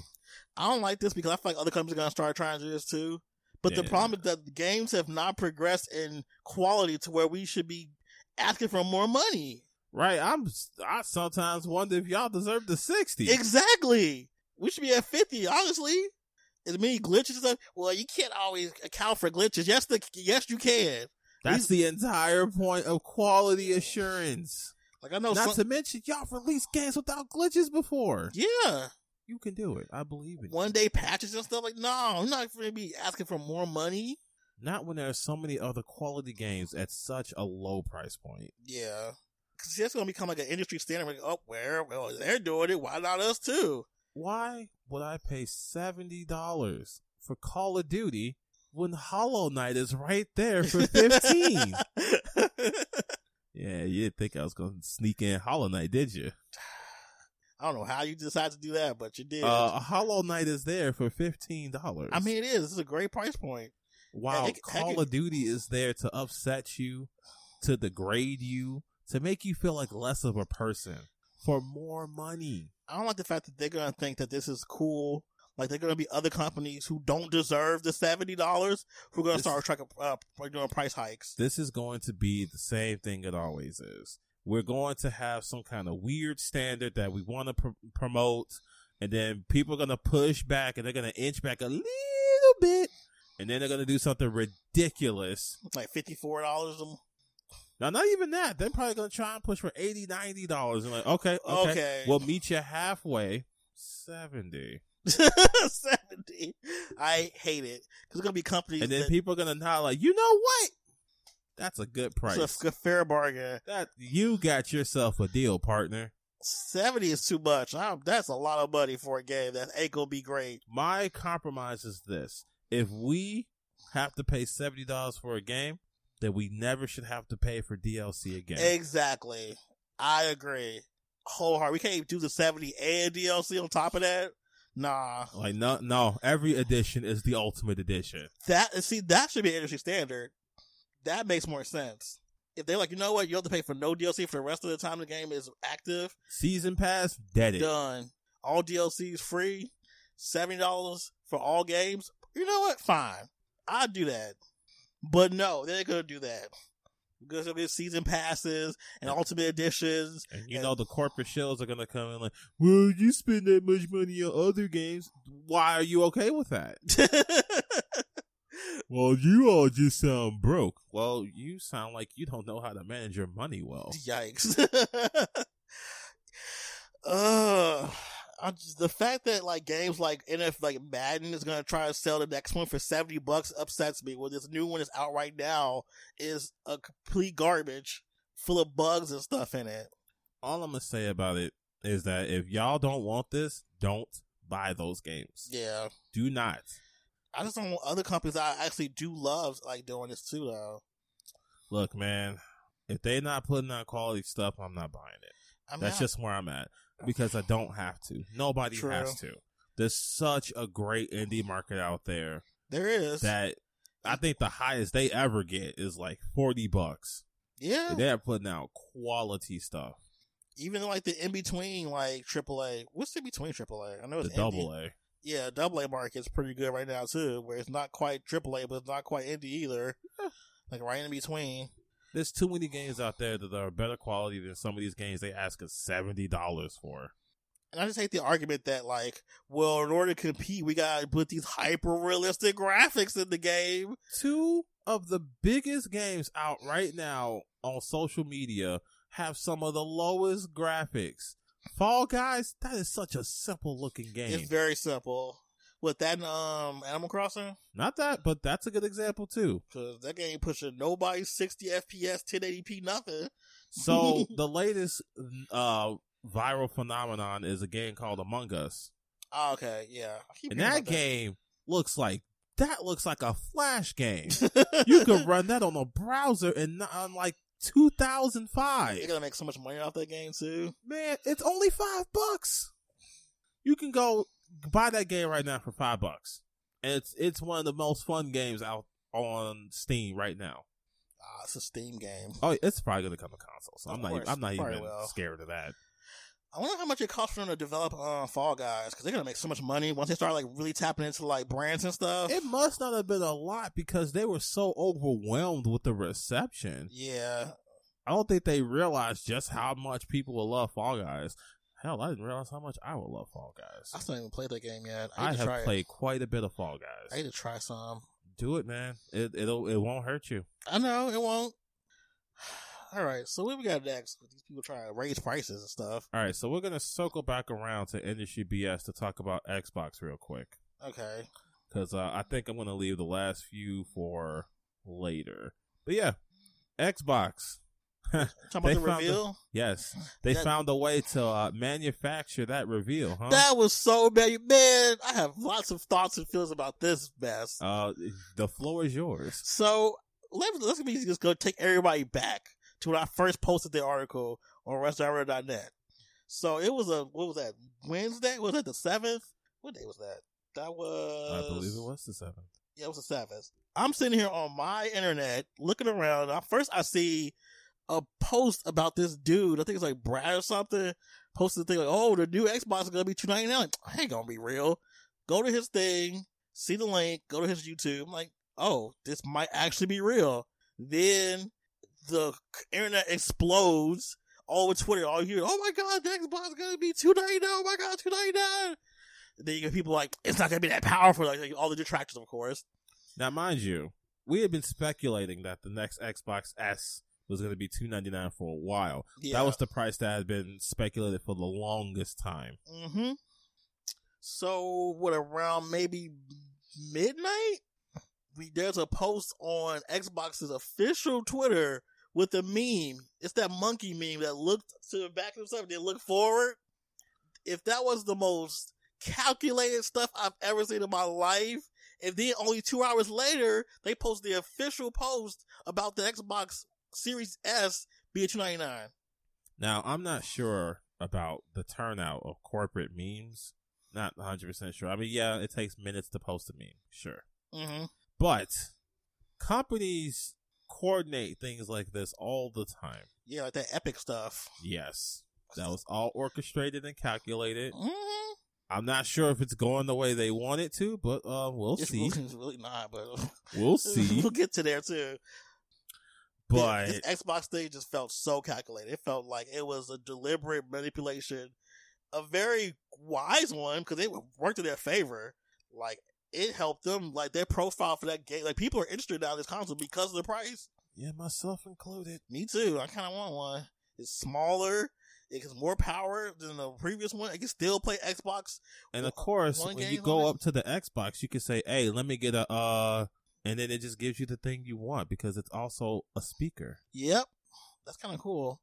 [SPEAKER 4] I don't like this because I feel like other companies are gonna start trying to do this too. But the
[SPEAKER 3] Yeah.
[SPEAKER 4] problem is that the games have not progressed in quality to where we should be asking for more money.
[SPEAKER 3] Right? I'm. I sometimes wonder if y'all deserve the sixty.
[SPEAKER 4] Exactly. We should be at 50, honestly. As many glitches and stuff. Well, you can't always account for glitches. Yes, the, yes, you can.
[SPEAKER 3] That's the entire point of quality assurance.
[SPEAKER 4] Like I know
[SPEAKER 3] Not
[SPEAKER 4] some,
[SPEAKER 3] to mention, y'all released games without glitches before.
[SPEAKER 4] yeah.
[SPEAKER 3] You can do it. I believe in you.
[SPEAKER 4] One day patches and stuff like, no, I'm not going to be asking for more money.
[SPEAKER 3] Not when there are so many other quality games at such a low price point.
[SPEAKER 4] Yeah. Cause that's going to become like an industry standard. Like, oh, where? Well, they're doing it. Why not us too?
[SPEAKER 3] Why would I pay seventy dollars for Call of Duty when Hollow Knight is right there
[SPEAKER 4] [LAUGHS]
[SPEAKER 3] for fifteen? yeah, you didn't think I was gonna sneak in Hollow Knight, did you?
[SPEAKER 4] I don't know how you decided to do that, but you did.
[SPEAKER 3] Uh, Hollow Knight is there for fifteen dollars.
[SPEAKER 4] I mean, it is. It's a great price point.
[SPEAKER 3] Wow,
[SPEAKER 4] I c- I
[SPEAKER 3] Call
[SPEAKER 4] could-
[SPEAKER 3] of Duty is there to upset you, to degrade you, to make you feel like less of a person for more money.
[SPEAKER 4] I don't like the fact that they're going to think that this is cool. Like, they're going to be other companies who don't deserve the $70 who are going to
[SPEAKER 3] This-
[SPEAKER 4] start tracking, uh, doing price hikes.
[SPEAKER 3] This is going to be the same thing it always is. We're going to have some kind of weird standard that we want to pr- promote, and then people are going to push back and they're going to inch back a little bit, and then they're going to do something ridiculous.
[SPEAKER 4] Like $54 [LAUGHS] a
[SPEAKER 3] Now, not even that. They're probably going to try and push for $80, $90. And like, okay, okay,
[SPEAKER 4] Okay.
[SPEAKER 3] we'll meet you halfway. 70
[SPEAKER 4] 70. I hate it. Because it's going to be companies
[SPEAKER 3] and then
[SPEAKER 4] that,
[SPEAKER 3] people are gonna nod like, you know what? That's a good price.
[SPEAKER 4] it's a f- fair bargain.
[SPEAKER 3] that you got yourself a deal, partner.
[SPEAKER 4] 70 is too much. I, that's a lot of money for a game that ain't going to be great.
[SPEAKER 3] My compromise is this: if we have to pay seventy dollars for a game, then we never should have to pay for DLC again.
[SPEAKER 4] Exactly. I agree. wholehearted. We can't even do the 70 and DLC on top of that. Nah,
[SPEAKER 3] Like no, no. Every edition is the ultimate edition.
[SPEAKER 4] that see that should be an industry standard. That makes more sense. If they're like, you know what, you have to pay for no DLC for the rest of the time the game is active.
[SPEAKER 3] Season pass, dead it.
[SPEAKER 4] Done. All DLCs free. Seventy dollars for all games. You know what? Fine, I'll do that. But no, they're gonna do that. Because there'll be season passes and ultimate editions. [LAUGHS]
[SPEAKER 3] And you know the corporate shells are gonna come in like, well, you spend that much money on other games. Why are you okay with [LAUGHS] that? Well, you all just sound broke. Well, you sound like you don't know how to manage your money well.
[SPEAKER 4] Yikes. [LAUGHS] uh, I just, the fact that like games like NF like Madden is gonna try to sell the next one for seventy bucks upsets me. Well, this new one is out right now is a complete garbage, full of bugs and stuff in it.
[SPEAKER 3] All I'm gonna say about it is that if y'all don't want this, don't buy those games.
[SPEAKER 4] Yeah,
[SPEAKER 3] Do not.
[SPEAKER 4] I just don't want other companies that I actually do love like doing this too though.
[SPEAKER 3] Look, man, if they're not putting out quality stuff, I'm not buying it.
[SPEAKER 4] I mean,
[SPEAKER 3] That's
[SPEAKER 4] I-
[SPEAKER 3] just where I'm at because I don't have to. Nobody
[SPEAKER 4] True.
[SPEAKER 3] has to. There's such a great indie market out there
[SPEAKER 4] there is
[SPEAKER 3] that I think the highest they ever get is like 40 bucks.
[SPEAKER 4] yeah.
[SPEAKER 3] And They're putting out quality stuff.
[SPEAKER 4] Even like the in between like AAA. What's in between AAA? I know
[SPEAKER 3] The
[SPEAKER 4] it's
[SPEAKER 3] double A.
[SPEAKER 4] yeah, double A market's pretty good right now too, where it's not quite triple A, but it's not quite indie either. Like right in between.
[SPEAKER 3] There's too many games out there that are better quality than some of these games they ask us seventy dollars for.
[SPEAKER 4] And I just hate the argument that like, well, in order to compete, we gotta put these hyper realistic graphics in the game.
[SPEAKER 3] Two of the biggest games out right now on social media have some of the lowest graphics. Fall Guys, that is such a simple looking game.
[SPEAKER 4] It's very simple. With that, and, um, Animal Crossing,
[SPEAKER 3] Not that, but that's a good example too.
[SPEAKER 4] because that game pushing nobody sixty FPS, ten eighty p, nothing. [LAUGHS]
[SPEAKER 3] So the latest uh viral phenomenon is a game called Among Us.
[SPEAKER 4] Ah, okay, yeah. I keep
[SPEAKER 3] And
[SPEAKER 4] hearing
[SPEAKER 3] that
[SPEAKER 4] about
[SPEAKER 3] game looks like that looks like a flash
[SPEAKER 4] [LAUGHS]
[SPEAKER 3] game.
[SPEAKER 4] that.
[SPEAKER 3] you could run that on a browser and not on like
[SPEAKER 4] You're
[SPEAKER 3] 2005
[SPEAKER 4] gonna make so much money off that game too.
[SPEAKER 3] man it's only five bucks you can go buy that game right now for five bucks and it's it's one of the most fun games out on steam right now
[SPEAKER 4] Ah, it's a Steam game.
[SPEAKER 3] oh it's probably gonna come to console so
[SPEAKER 4] Of
[SPEAKER 3] i'm not
[SPEAKER 4] course,
[SPEAKER 3] even, i'm not
[SPEAKER 4] probably
[SPEAKER 3] even
[SPEAKER 4] will.
[SPEAKER 3] scared of that
[SPEAKER 4] I wonder how much it costs for them to develop uh, Fall Guys because they're gonna make so much money once they start like really tapping into like brands and stuff.
[SPEAKER 3] it must not have been a lot because they were so overwhelmed with the reception
[SPEAKER 4] yeah,
[SPEAKER 3] i don't think they realized just how much people will love fall guys hell i didn't realize how much i would love fall guys
[SPEAKER 4] I still haven't even played that game yet. I,
[SPEAKER 3] I
[SPEAKER 4] need to try
[SPEAKER 3] have
[SPEAKER 4] it.
[SPEAKER 3] played quite a bit of Fall
[SPEAKER 4] I
[SPEAKER 3] Guys.
[SPEAKER 4] need to try some.
[SPEAKER 3] Do it, man. It it'll it won't hurt you.
[SPEAKER 4] I know it won't. [SIGHS] All right, so what we got next? These people trying to raise prices and stuff.
[SPEAKER 3] All right, so we're gonna circle back around to industry BS to talk about Xbox real quick
[SPEAKER 4] Okay,
[SPEAKER 3] because uh, I think I'm gonna leave the last few for later. But yeah, Xbox.
[SPEAKER 4] talking
[SPEAKER 3] They
[SPEAKER 4] about the
[SPEAKER 3] found
[SPEAKER 4] reveal.
[SPEAKER 3] Yes, they
[SPEAKER 4] That-
[SPEAKER 3] found a way to uh, manufacture that reveal, huh?
[SPEAKER 4] That was so bad, man. I have lots of thoughts and feelings about this mess.
[SPEAKER 3] uh, the floor is yours.
[SPEAKER 4] So let let's me just go take everybody back to when I first posted the article on restaurant.net. So it was a what was that Wednesday? Was that the seventh? What day was that? That
[SPEAKER 3] I
[SPEAKER 4] was
[SPEAKER 3] believe it was the seventh.
[SPEAKER 4] Yeah, it was the seventh. I'm sitting here on my internet looking around. I, first, I see a post about this dude. I think it's like Brad or something. Posted the thing like, "Oh, the new Xbox is gonna be two ninety nine. I ain't gonna be real. Go to his thing, see the link. Go to his YouTube. I'm like, oh, this might actually be real. Then the internet explodes. All over Twitter, all you hear, oh my god, the Xbox is gonna be two ninety nine. Oh my god, two ninety nine. Then you get people like, it's not gonna be that powerful. Like all the detractors, of course.
[SPEAKER 3] Now, mind you, we had been speculating that the next Xbox S was going to be two ninety nine for a while.
[SPEAKER 4] Yeah.
[SPEAKER 3] That was the price that had been speculated for the longest time.
[SPEAKER 4] Mm-hmm. So what around maybe midnight? We there's a post on Xbox's official Twitter with a meme. It's that monkey meme that looked to the back of himself and then looked forward. If that was the most calculated stuff I've ever seen in my life, and then only two hours later they post the official post about the Xbox Series S being two ninety nine.
[SPEAKER 3] Now, I'm not sure uh, about the turnout of corporate memes. Not 100% sure. I mean, yeah, it takes minutes to post a meme, sure.
[SPEAKER 4] Mm-hmm.
[SPEAKER 3] But companies coordinate things like this all the time.
[SPEAKER 4] Yeah, like that epic stuff.
[SPEAKER 3] Yes. That was all orchestrated and calculated.
[SPEAKER 4] Mm-hmm.
[SPEAKER 3] I'm not sure if it's going the way they want it to, but uh, we'll
[SPEAKER 4] It's,
[SPEAKER 3] see.
[SPEAKER 4] really, it's really not, but [LAUGHS]
[SPEAKER 3] We'll see.
[SPEAKER 4] we'll get to there too.
[SPEAKER 3] But [LAUGHS]
[SPEAKER 4] this, this Xbox thing just felt so calculated. It felt like it was a deliberate manipulation, a very wise one because it worked in their favor. Like it helped them, like their profile for that game. Like people are interested now in this console because of the price.
[SPEAKER 3] yeah, myself included.
[SPEAKER 4] Me too. I kind of want one. It's smaller. It gets more power than the previous one. It can still play Xbox.
[SPEAKER 3] And of course,
[SPEAKER 4] One
[SPEAKER 3] when
[SPEAKER 4] game
[SPEAKER 3] you go
[SPEAKER 4] on it?
[SPEAKER 3] up to the Xbox, you can say, "Hey, let me get a," uh, and then it just gives you the thing you want because it's also a speaker.
[SPEAKER 4] Yep, that's kind of cool.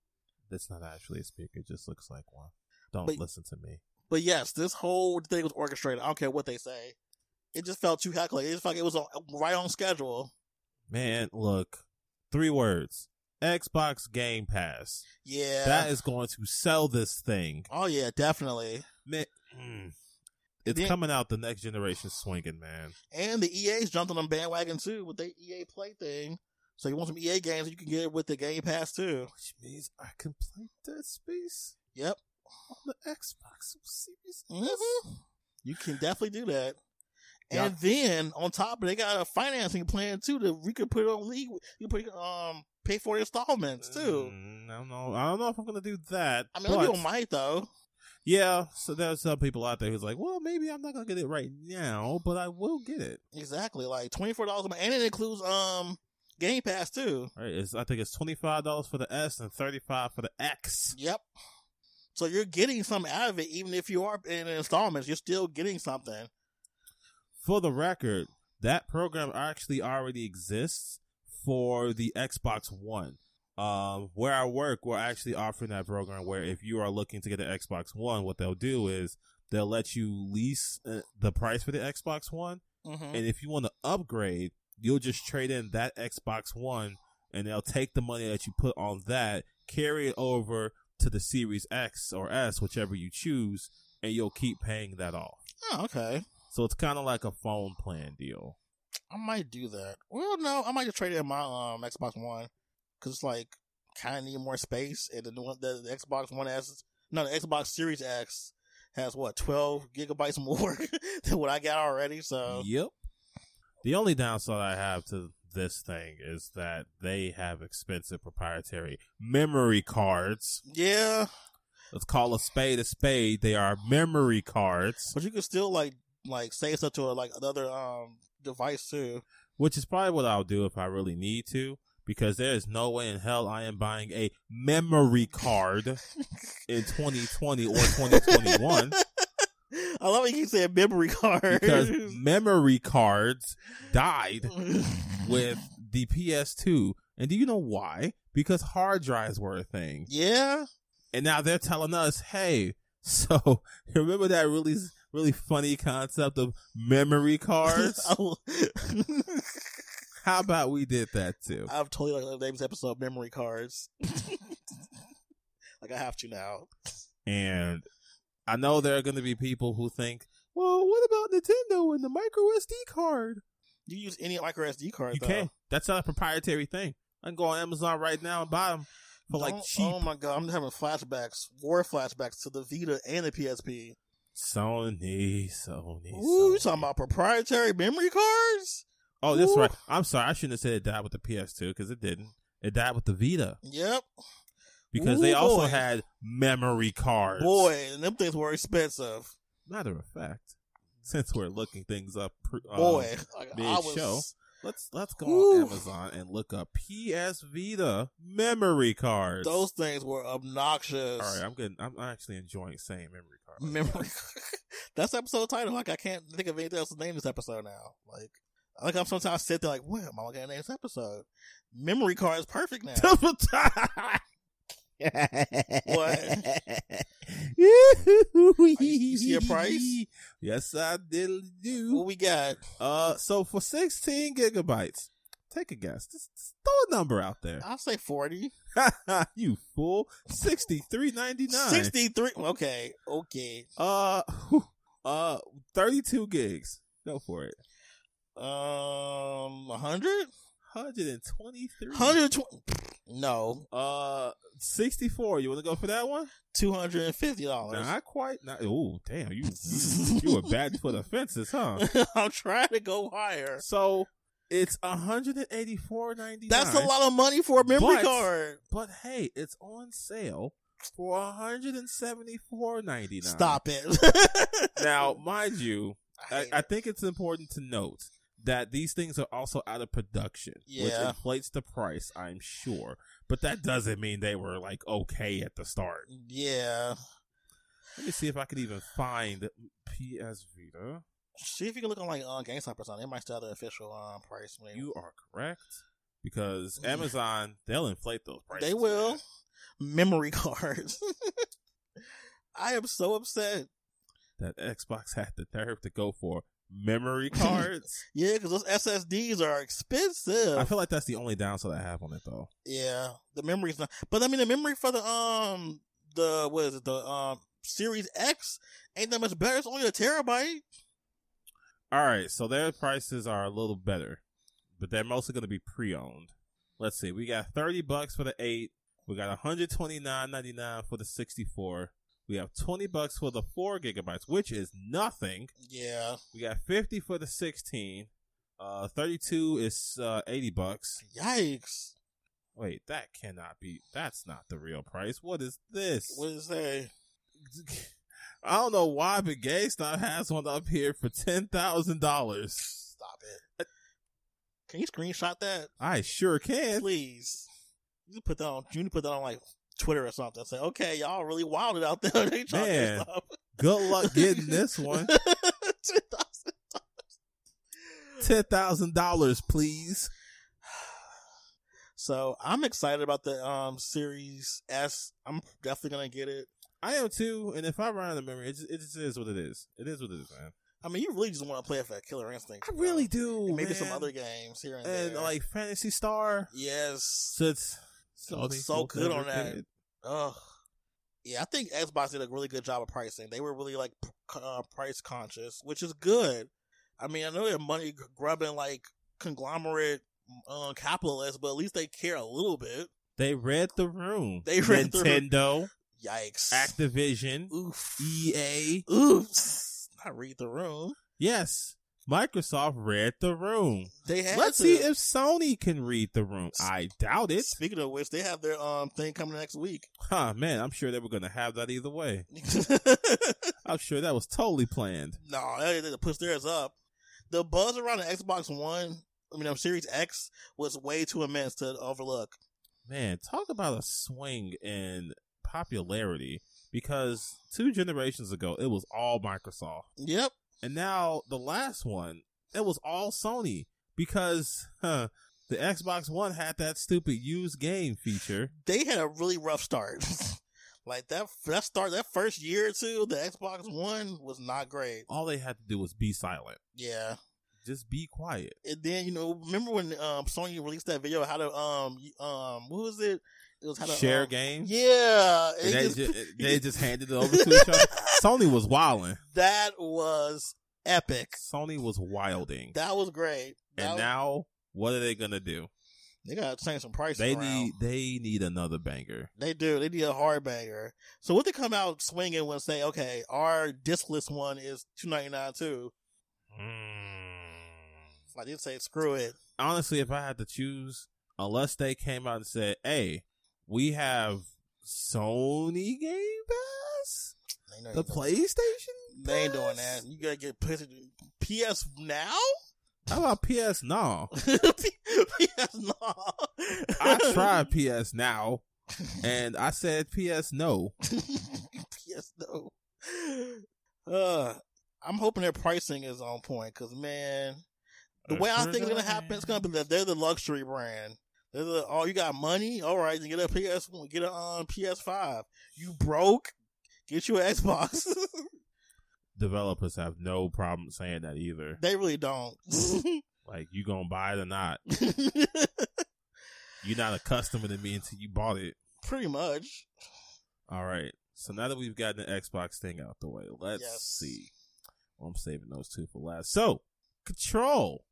[SPEAKER 3] That's not actually a speaker; it just looks like one. Don't
[SPEAKER 4] But-
[SPEAKER 3] listen to me.
[SPEAKER 4] But yes, this whole thing was orchestrated. I don't care what they say. It just felt too calculated. It just felt like it was on, right on schedule.
[SPEAKER 3] Man, look, three words: Xbox Game Pass.
[SPEAKER 4] Yeah.
[SPEAKER 3] That is going to sell this thing.
[SPEAKER 4] Oh yeah, definitely.
[SPEAKER 3] Man, mm. it's
[SPEAKER 4] Then-
[SPEAKER 3] coming out the next generation swinging, man.
[SPEAKER 4] And the EA's jumped on the bandwagon too with their EA Play thing. So you want some EA games, you can get it with the Game Pass too.
[SPEAKER 3] Which means I can play Dead Space
[SPEAKER 4] Yep.
[SPEAKER 3] on the Xbox Series.
[SPEAKER 4] hmm You can definitely do that.
[SPEAKER 3] Yeah.
[SPEAKER 4] And then on top of it, they got a financing plan too that we could put on league. You could put, um pay for installments too.
[SPEAKER 3] Mm, I don't know. I don't know if I'm gonna do that.
[SPEAKER 4] I mean, a lot of
[SPEAKER 3] but-
[SPEAKER 4] people might though.
[SPEAKER 3] yeah. So there's some people out there who's like, well, maybe I'm not gonna get it right now, but I will get it.
[SPEAKER 4] Exactly, like twenty four dollars a month, and it includes um Game Pass too.
[SPEAKER 3] All right. It's, I think it's twenty five dollars for the S and thirty five for the X.
[SPEAKER 4] Yep. So you're getting something out of it, even if you are in installments. You're still getting something.
[SPEAKER 3] For the record, that program actually already exists for the Xbox One. Um, where I work, we're actually offering that program where if you are looking to get an Xbox One, what they'll do is they'll let you lease uh, the price for the Xbox One.
[SPEAKER 4] Mm-hmm.
[SPEAKER 3] And if you want to upgrade, you'll just trade in that Xbox One and they'll take the money that you put on that, carry it over to the Series X or S, whichever you choose, and you'll keep paying that off.
[SPEAKER 4] Oh, okay.
[SPEAKER 3] So it's kind of like a phone plan deal.
[SPEAKER 4] I might do that. Well, no, I might just trade in my um Xbox One because it's like kind of need more space, and the, new one, the, the Xbox One S, no, the Xbox Series X has what twelve gigabytes [LAUGHS] more than what I got already. So
[SPEAKER 3] yep. The only downside I have to this thing is that they have expensive proprietary memory cards.
[SPEAKER 4] yeah,
[SPEAKER 3] Let's call a spade a spade. They are memory cards.
[SPEAKER 4] but you can still like like save stuff to like another um device too.
[SPEAKER 3] which is probably what I'll do if I really need to, because there is no way in hell I am buying a memory card in 2020 or 2021
[SPEAKER 4] [LAUGHS] I love it. You said memory card
[SPEAKER 3] because
[SPEAKER 4] [LAUGHS]
[SPEAKER 3] memory cards died with the PS2. And do you know why? Because hard drives were a thing.
[SPEAKER 4] yeah,
[SPEAKER 3] And now they're telling us, hey, [LAUGHS] so remember that really, really funny concept of memory cards?
[SPEAKER 4] Oh.
[SPEAKER 3] How about we did that too?
[SPEAKER 4] [LAUGHS] I've totally like the name's episode memory cards. like I have to now.
[SPEAKER 3] And I know there are going to be people who think, well, what about Nintendo and the micro SD card?
[SPEAKER 4] You use any micro SD card
[SPEAKER 3] You
[SPEAKER 4] though.
[SPEAKER 3] can. That's not a proprietary thing. I can go on Amazon right now and buy them for like
[SPEAKER 4] Don't-
[SPEAKER 3] cheap.
[SPEAKER 4] Oh my god, I'm having flashbacks, war flashbacks to the Vita and the PSP.
[SPEAKER 3] Sony, Sony.
[SPEAKER 4] Ooh, you
[SPEAKER 3] Sony.
[SPEAKER 4] talking about proprietary memory cards?
[SPEAKER 3] Oh, that's
[SPEAKER 4] Ooh.
[SPEAKER 3] right. I'm sorry. I shouldn't have said it died with the PS2 because it didn't. It died with the Vita
[SPEAKER 4] Yep.
[SPEAKER 3] because they
[SPEAKER 4] Ooh,
[SPEAKER 3] also
[SPEAKER 4] boy.
[SPEAKER 3] had memory cards.
[SPEAKER 4] Boy, and them things were expensive.
[SPEAKER 3] Matter of fact, since we're looking things up, pr- um,
[SPEAKER 4] Boy, like, I
[SPEAKER 3] mid
[SPEAKER 4] was
[SPEAKER 3] show. Let's let's go
[SPEAKER 4] Woo.
[SPEAKER 3] on Amazon and look up PS Vita memory cards.
[SPEAKER 4] those things were obnoxious.
[SPEAKER 3] All right, I'm getting. I'm actually enjoying saying memory card. [LAUGHS]
[SPEAKER 4] memory. [LAUGHS] That's the episode title. Like I can't think of anything else to name this episode now. Like, like I'm sometimes sit there like, what am I gonna name this episode? Memory card is perfect now.
[SPEAKER 3] [LAUGHS] you
[SPEAKER 4] see a price?
[SPEAKER 3] Yes, I did
[SPEAKER 4] what
[SPEAKER 3] do.
[SPEAKER 4] we got?
[SPEAKER 3] Uh, so for 16 gigabytes, Take a guess. Just, just throw a number out there. [LAUGHS]
[SPEAKER 4] I'll say 40.
[SPEAKER 3] you fool. Sixty three ninety nine.
[SPEAKER 4] 63. Okay. Okay.
[SPEAKER 3] Uh, whew. uh, thirty two gigs. Go for it.
[SPEAKER 4] Um, 100?
[SPEAKER 3] Hundred and twenty three.
[SPEAKER 4] 120. No.
[SPEAKER 3] Uh, sixty four. You want to go for that one?
[SPEAKER 4] $250.
[SPEAKER 3] Not quite. Not. Oh, damn.
[SPEAKER 4] [LAUGHS]
[SPEAKER 3] You you, you were bad for the fences, huh?
[SPEAKER 4] I'm trying to go higher.
[SPEAKER 3] So it's hundred and eighty four ninety nine.
[SPEAKER 4] That's a lot of money for a memory
[SPEAKER 3] But-
[SPEAKER 4] card.
[SPEAKER 3] But hey, it's on sale for hundred and seventy four ninety nine.
[SPEAKER 4] Stop it.
[SPEAKER 3] [LAUGHS]
[SPEAKER 4] [LAUGHS]
[SPEAKER 3] Now, mind you,
[SPEAKER 4] I
[SPEAKER 3] I,
[SPEAKER 4] hate
[SPEAKER 3] I
[SPEAKER 4] it.
[SPEAKER 3] think it's important to note that these things are also out of production, which
[SPEAKER 4] Yeah.
[SPEAKER 3] inflates the price, I'm sure. But that doesn't mean they were like okay at the start.
[SPEAKER 4] yeah.
[SPEAKER 3] Let me see if I could even find PS Vita.
[SPEAKER 4] See if you can look on like uh, GameStop or something. It might still have the official um, price. when they-
[SPEAKER 3] You are correct because Amazon they'll inflate those prices.
[SPEAKER 4] They will.
[SPEAKER 3] man.
[SPEAKER 4] Memory [LAUGHS] cards. I am so upset.
[SPEAKER 3] That Xbox had the nerve to go for memory
[SPEAKER 4] [LAUGHS]
[SPEAKER 3] cards.
[SPEAKER 4] Yeah, because those SSDs are expensive.
[SPEAKER 3] I feel like that's the only downside I have on it though.
[SPEAKER 4] yeah, the memory's not. But I mean, the memory for the um the what is it the um Series X ain't that much better. It's only a terabyte.
[SPEAKER 3] All right, so their prices are a little better, but they're mostly going to be pre-owned. Let's see, we got thirty bucks for the eight. We got one hundred twenty-nine ninety-nine for the sixty-four. We have twenty bucks for the four gigabytes, which is nothing.
[SPEAKER 4] Yeah,
[SPEAKER 3] We got fifty for the sixteen. Uh, thirty-two is uh, eighty bucks.
[SPEAKER 4] yikes!
[SPEAKER 3] Wait, that cannot be. That's not the real price. What is this?
[SPEAKER 4] What is that?
[SPEAKER 3] [LAUGHS] I don't know why, but GameStop has one up here for ten thousand dollars.
[SPEAKER 4] Stop it. Can you screenshot that,
[SPEAKER 3] I sure can.
[SPEAKER 4] please? You can put that on. You need to put that on like Twitter or something. Say, okay, y'all really wilded out there. [LAUGHS] they charging
[SPEAKER 3] Man.
[SPEAKER 4] stuff.
[SPEAKER 3] Good luck [LAUGHS] getting this one.
[SPEAKER 4] $10,000.
[SPEAKER 3] Ten thousand dollars, please.
[SPEAKER 4] [LAUGHS] So I'm excited about the um Series S. I'm definitely gonna get it.
[SPEAKER 3] I am too, and if I run out of memory, it just, it just is what it is. It is what it is, man.
[SPEAKER 4] I mean, you really just want to play it for Killer Instinct.
[SPEAKER 3] I
[SPEAKER 4] bro.
[SPEAKER 3] really do.
[SPEAKER 4] And maybe some
[SPEAKER 3] man.
[SPEAKER 4] other games here and,
[SPEAKER 3] and
[SPEAKER 4] there.
[SPEAKER 3] like Fantasy Star.
[SPEAKER 4] yes.
[SPEAKER 3] So it's
[SPEAKER 4] It looks Oh, so good on that.
[SPEAKER 3] It
[SPEAKER 4] Ugh. Yeah, I think Xbox did a really good job of pricing. They were really like p- uh, price conscious, which is good. I mean, I know they're money grubbing like conglomerate uh, capitalists, but at least they care a little bit.
[SPEAKER 3] They read the room.
[SPEAKER 4] They read the room. [LAUGHS]
[SPEAKER 3] Nintendo,
[SPEAKER 4] Yikes.
[SPEAKER 3] Activision,
[SPEAKER 4] Oof.
[SPEAKER 3] EA.
[SPEAKER 4] Oops. Not read the room.
[SPEAKER 3] Yes, Microsoft read the room.
[SPEAKER 4] They had
[SPEAKER 3] Let's
[SPEAKER 4] to.
[SPEAKER 3] see if Sony can read the room. I doubt it.
[SPEAKER 4] Speaking of which, they have their um thing coming next week. [LAUGHS]
[SPEAKER 3] Huh, man, I'm sure they were going to have that either way. I'm sure that was totally planned.
[SPEAKER 4] No, they they pushed theirs up. The buzz around the Xbox One, I mean, um, Series X, was way too immense to overlook.
[SPEAKER 3] Man, talk about a swing in popularity because two generations ago it was all Microsoft.
[SPEAKER 4] Yep.
[SPEAKER 3] And now the last one, it was all Sony because huh, the Xbox One had that stupid used game feature.
[SPEAKER 4] They had a really rough start. [LAUGHS] like that, that start, that first year or two, the Xbox One was not great.
[SPEAKER 3] All they had to do was be silent.
[SPEAKER 4] Yeah.
[SPEAKER 3] Just be quiet.
[SPEAKER 4] And then, you know, remember when um, Sony released that video, how to, um, y- um, what was it? It was how to
[SPEAKER 3] Share
[SPEAKER 4] um,
[SPEAKER 3] games.
[SPEAKER 4] Yeah.
[SPEAKER 3] And
[SPEAKER 4] It
[SPEAKER 3] they,
[SPEAKER 4] just-
[SPEAKER 3] just,
[SPEAKER 4] [LAUGHS]
[SPEAKER 3] they just handed it over to each other. Sony was wilding.
[SPEAKER 4] that was epic.
[SPEAKER 3] Sony was wilding.
[SPEAKER 4] That was great. That
[SPEAKER 3] and
[SPEAKER 4] was-
[SPEAKER 3] now what are they gonna do?
[SPEAKER 4] they got to change some prices.
[SPEAKER 3] They
[SPEAKER 4] around.
[SPEAKER 3] need they need another banger.
[SPEAKER 4] They do. They need a hard banger. So what they come out swinging when say, okay, our discless one is two ninety nine too. Like they say, screw it.
[SPEAKER 3] Mm. Honestly, if I had to choose, unless they came out and said, "Hey, we have Sony Game Pass,
[SPEAKER 4] They know
[SPEAKER 3] the PlayStation."
[SPEAKER 4] They ain't doing that.
[SPEAKER 3] Pass?
[SPEAKER 4] You gotta get pissed. PS now. [LAUGHS]
[SPEAKER 3] How about PS Now?
[SPEAKER 4] PS now. [LAUGHS]
[SPEAKER 3] I tried PS Now, and I said PS No.
[SPEAKER 4] PS no. Uh, I'm hoping their pricing is on point because man, the way I think it's gonna happen, it's gonna be that they're the luxury brand. They're the oh, you got money, all right, then get a PS one, get a um, PS five. You broke, get you an Xbox. [LAUGHS]
[SPEAKER 3] Developers have no problem saying that either.
[SPEAKER 4] they really don't. [LAUGHS]
[SPEAKER 3] Like you gonna buy it or not? You're not a customer to me until you bought it.
[SPEAKER 4] Pretty much.
[SPEAKER 3] All right. So now that we've gotten the Xbox thing out the way, let's
[SPEAKER 4] Yes.
[SPEAKER 3] see. Well, I'm saving those two for last. So Control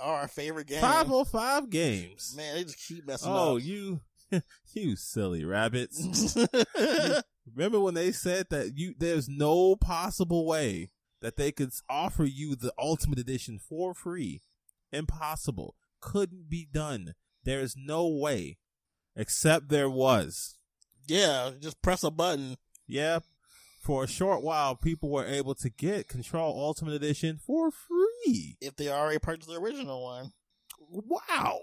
[SPEAKER 4] Our favorite game.
[SPEAKER 3] 505 games.
[SPEAKER 4] Man, they just keep messing
[SPEAKER 3] oh,
[SPEAKER 4] up.
[SPEAKER 3] you, [LAUGHS] you silly rabbits. Remember when they said that you there's no possible way that they could offer you the ultimate edition for free. Impossible. Couldn't be done. There is no way. Except there was.
[SPEAKER 4] [LAUGHS] yeah, just press a button.
[SPEAKER 3] Yep. For a short while, people were able to get Control Ultimate Edition for free.
[SPEAKER 4] if they already purchased the original one.
[SPEAKER 3] Wow.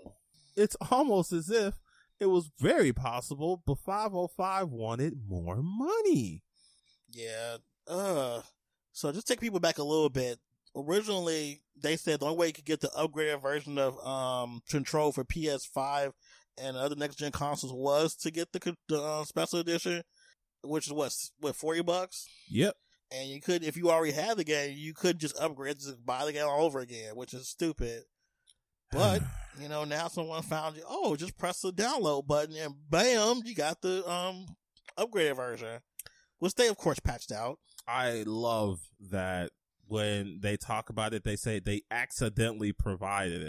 [SPEAKER 3] It's almost as if it was very possible, but 505 wanted more money.
[SPEAKER 4] Yeah. Uh so just take people back a little bit. Originally they said the only way you could get the upgraded version of um control for PS five and other next gen consoles was to get the, co- the uh, special edition, which is what s- what forty bucks.
[SPEAKER 3] [SIGHS] Yep.
[SPEAKER 4] And you could if you already had the game, you could just upgrade just buy the game all over again, which is stupid. But you know, now someone found you. Oh, just press the download button, and bam, you got the um upgraded version, which they of course patched out.
[SPEAKER 3] I love that when they talk about it, they say they accidentally provided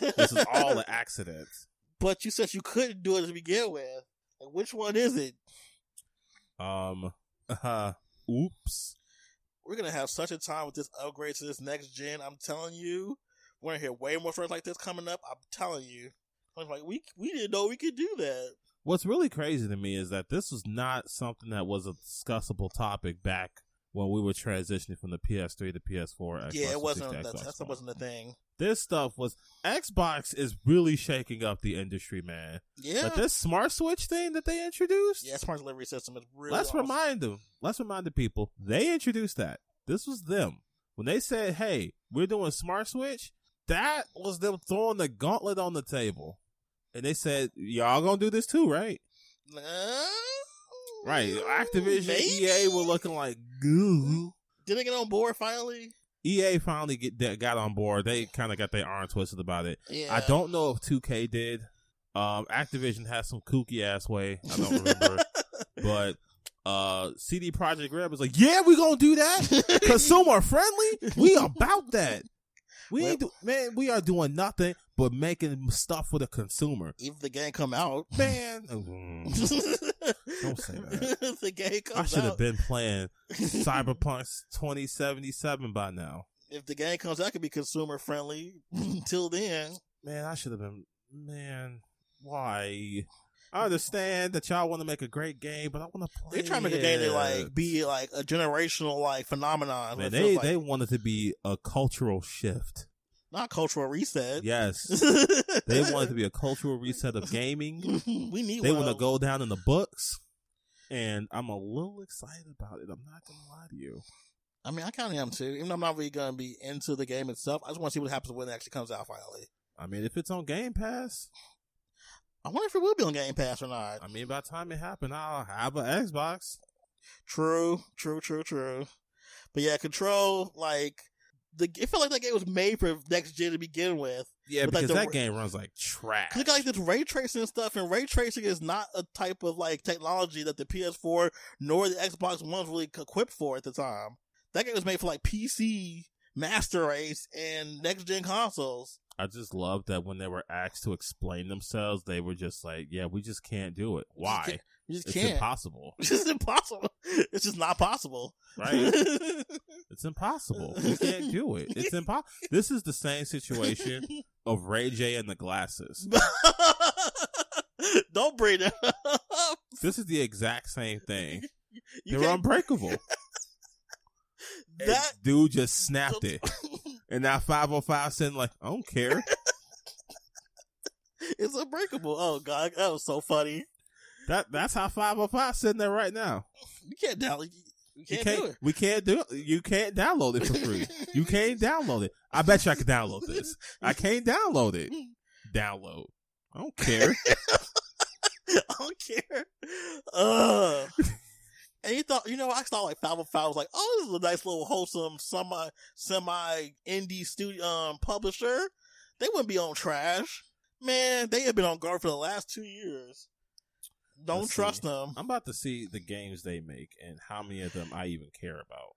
[SPEAKER 3] it. This is
[SPEAKER 4] [LAUGHS]
[SPEAKER 3] all an accident. [LAUGHS]
[SPEAKER 4] but you said you couldn't do it to begin with. Like, which one is it?
[SPEAKER 3] Um, [LAUGHS] uh, oops.
[SPEAKER 4] We're gonna have such a time with this upgrade to this next gen. I'm telling you, we're gonna hear way more first like this coming up. I'm telling you. I was like, we we didn't know we could do that.
[SPEAKER 3] What's really crazy to me is that this was not something that was a discussable topic back when we were transitioning from the PS3 to PS4. Xbox
[SPEAKER 4] yeah, it wasn't.
[SPEAKER 3] 360,
[SPEAKER 4] That,
[SPEAKER 3] Xbox
[SPEAKER 4] that
[SPEAKER 3] One.
[SPEAKER 4] wasn't a thing.
[SPEAKER 3] This stuff was Xbox is really shaking up the industry, man.
[SPEAKER 4] Yeah.
[SPEAKER 3] But this smart switch thing that they introduced,
[SPEAKER 4] yeah, smart delivery system is really.
[SPEAKER 3] let's
[SPEAKER 4] awesome.
[SPEAKER 3] remind them. Let's remind the people they introduced that. This was them when they said, "Hey, we're doing smart switch." That was them throwing the gauntlet on the table, and they said, "Y'all gonna do this too, right?"
[SPEAKER 4] Uh,
[SPEAKER 3] Right. Activision,
[SPEAKER 4] maybe?
[SPEAKER 3] EA were looking like goo.
[SPEAKER 4] Did they get on board finally?
[SPEAKER 3] EA finally get that got on board. They kind of got their arm twisted about it.
[SPEAKER 4] Yeah.
[SPEAKER 3] I
[SPEAKER 4] [LAUGHS]
[SPEAKER 3] don't know if 2K did. Um, Activision has some kooky ass way. I
[SPEAKER 4] [LAUGHS]
[SPEAKER 3] don't remember, but uh, CD Project Red was like, "Yeah, we gonna do that." consumer friendly. We about that. We ain't do, man. We are doing nothing but making stuff for the consumer,
[SPEAKER 4] If the game
[SPEAKER 3] [LAUGHS]
[SPEAKER 4] come out, [LAUGHS]
[SPEAKER 3] man. mm,
[SPEAKER 4] don't say [LAUGHS]
[SPEAKER 3] that.
[SPEAKER 4] the game comes
[SPEAKER 3] I should have
[SPEAKER 4] out.
[SPEAKER 3] been playing
[SPEAKER 4] [LAUGHS]
[SPEAKER 3] Cyberpunk 2077 by now,
[SPEAKER 4] If the game comes out, it could be consumer friendly. [LAUGHS] Till then,
[SPEAKER 3] man. I should have been, man. Why? I understand that y'all want to make a great game, but I want to play.
[SPEAKER 4] they're trying to make a game
[SPEAKER 3] it.
[SPEAKER 4] that like be like a generational like phenomenon.
[SPEAKER 3] Man,
[SPEAKER 4] It
[SPEAKER 3] they
[SPEAKER 4] feels like-
[SPEAKER 3] they wanted to be a cultural shift.
[SPEAKER 4] not cultural reset. [LAUGHS]
[SPEAKER 3] Yes, they wanted to be a cultural reset of gaming.
[SPEAKER 4] [LAUGHS] we need.
[SPEAKER 3] they
[SPEAKER 4] one
[SPEAKER 3] want to
[SPEAKER 4] of-
[SPEAKER 3] go down in the books, and I'm a little excited about it. I'm not gonna lie to you.
[SPEAKER 4] I mean, I kind of am too. Even though I'm not really gonna be into the game itself, I just want to see what happens when it actually comes out finally.
[SPEAKER 3] I mean, if it's on Game Pass,
[SPEAKER 4] I wonder if it will be on Game Pass or not.
[SPEAKER 3] I mean, by the time it happens, I'll have an Xbox.
[SPEAKER 4] True, true, true, true. But yeah, control like the. It felt like that game was made for next gen to begin with.
[SPEAKER 3] Yeah,
[SPEAKER 4] But, like,
[SPEAKER 3] because
[SPEAKER 4] the-
[SPEAKER 3] that game runs like trash.
[SPEAKER 4] 'Cause Look at like this ray tracing and stuff, and ray tracing is not a type of like technology that the PS4 nor the Xbox One was really equipped for at the time. That game was made for like PC, Master Race, and next gen consoles.
[SPEAKER 3] I just love that when they were asked to explain themselves, they were just like, "Yeah, we just can't do it. Why?
[SPEAKER 4] can't- You just
[SPEAKER 3] It's
[SPEAKER 4] can't. [LAUGHS]
[SPEAKER 3] impossible,
[SPEAKER 4] It's just impossible. It's just not possible. [LAUGHS]
[SPEAKER 3] right? it's impossible. We can't do it. It's impossible. This is the same situation of Ray J and the glasses.
[SPEAKER 4] [LAUGHS] Don't bring it up.
[SPEAKER 3] This is the exact same thing.
[SPEAKER 4] You
[SPEAKER 3] They're
[SPEAKER 4] can't- [LAUGHS]
[SPEAKER 3] unbreakable."
[SPEAKER 4] that [LAUGHS]
[SPEAKER 3] And dude just snapped it. And now 505 said, like, I don't care.
[SPEAKER 4] it's unbreakable. Oh god, that was so funny.
[SPEAKER 3] That that's how 505 sitting there right now.
[SPEAKER 4] You can't download. You
[SPEAKER 3] You
[SPEAKER 4] can't, do it.
[SPEAKER 3] we can't do it. You can't download it for [LAUGHS] free. you can't download it. I bet you I can download this. I can't download it.
[SPEAKER 4] [LAUGHS]
[SPEAKER 3] Download. I don't care.
[SPEAKER 4] I don't care. Ugh. And you thought, you know, I thought like Five Five was like, oh, this is a nice little wholesome semi semi indie studio um, publisher. They wouldn't be on trash, man. They have been on guard for the last two years. Don't
[SPEAKER 3] Let's see.
[SPEAKER 4] trust them.
[SPEAKER 3] [LAUGHS] I'm about to see the games they make and how many of them I even care about.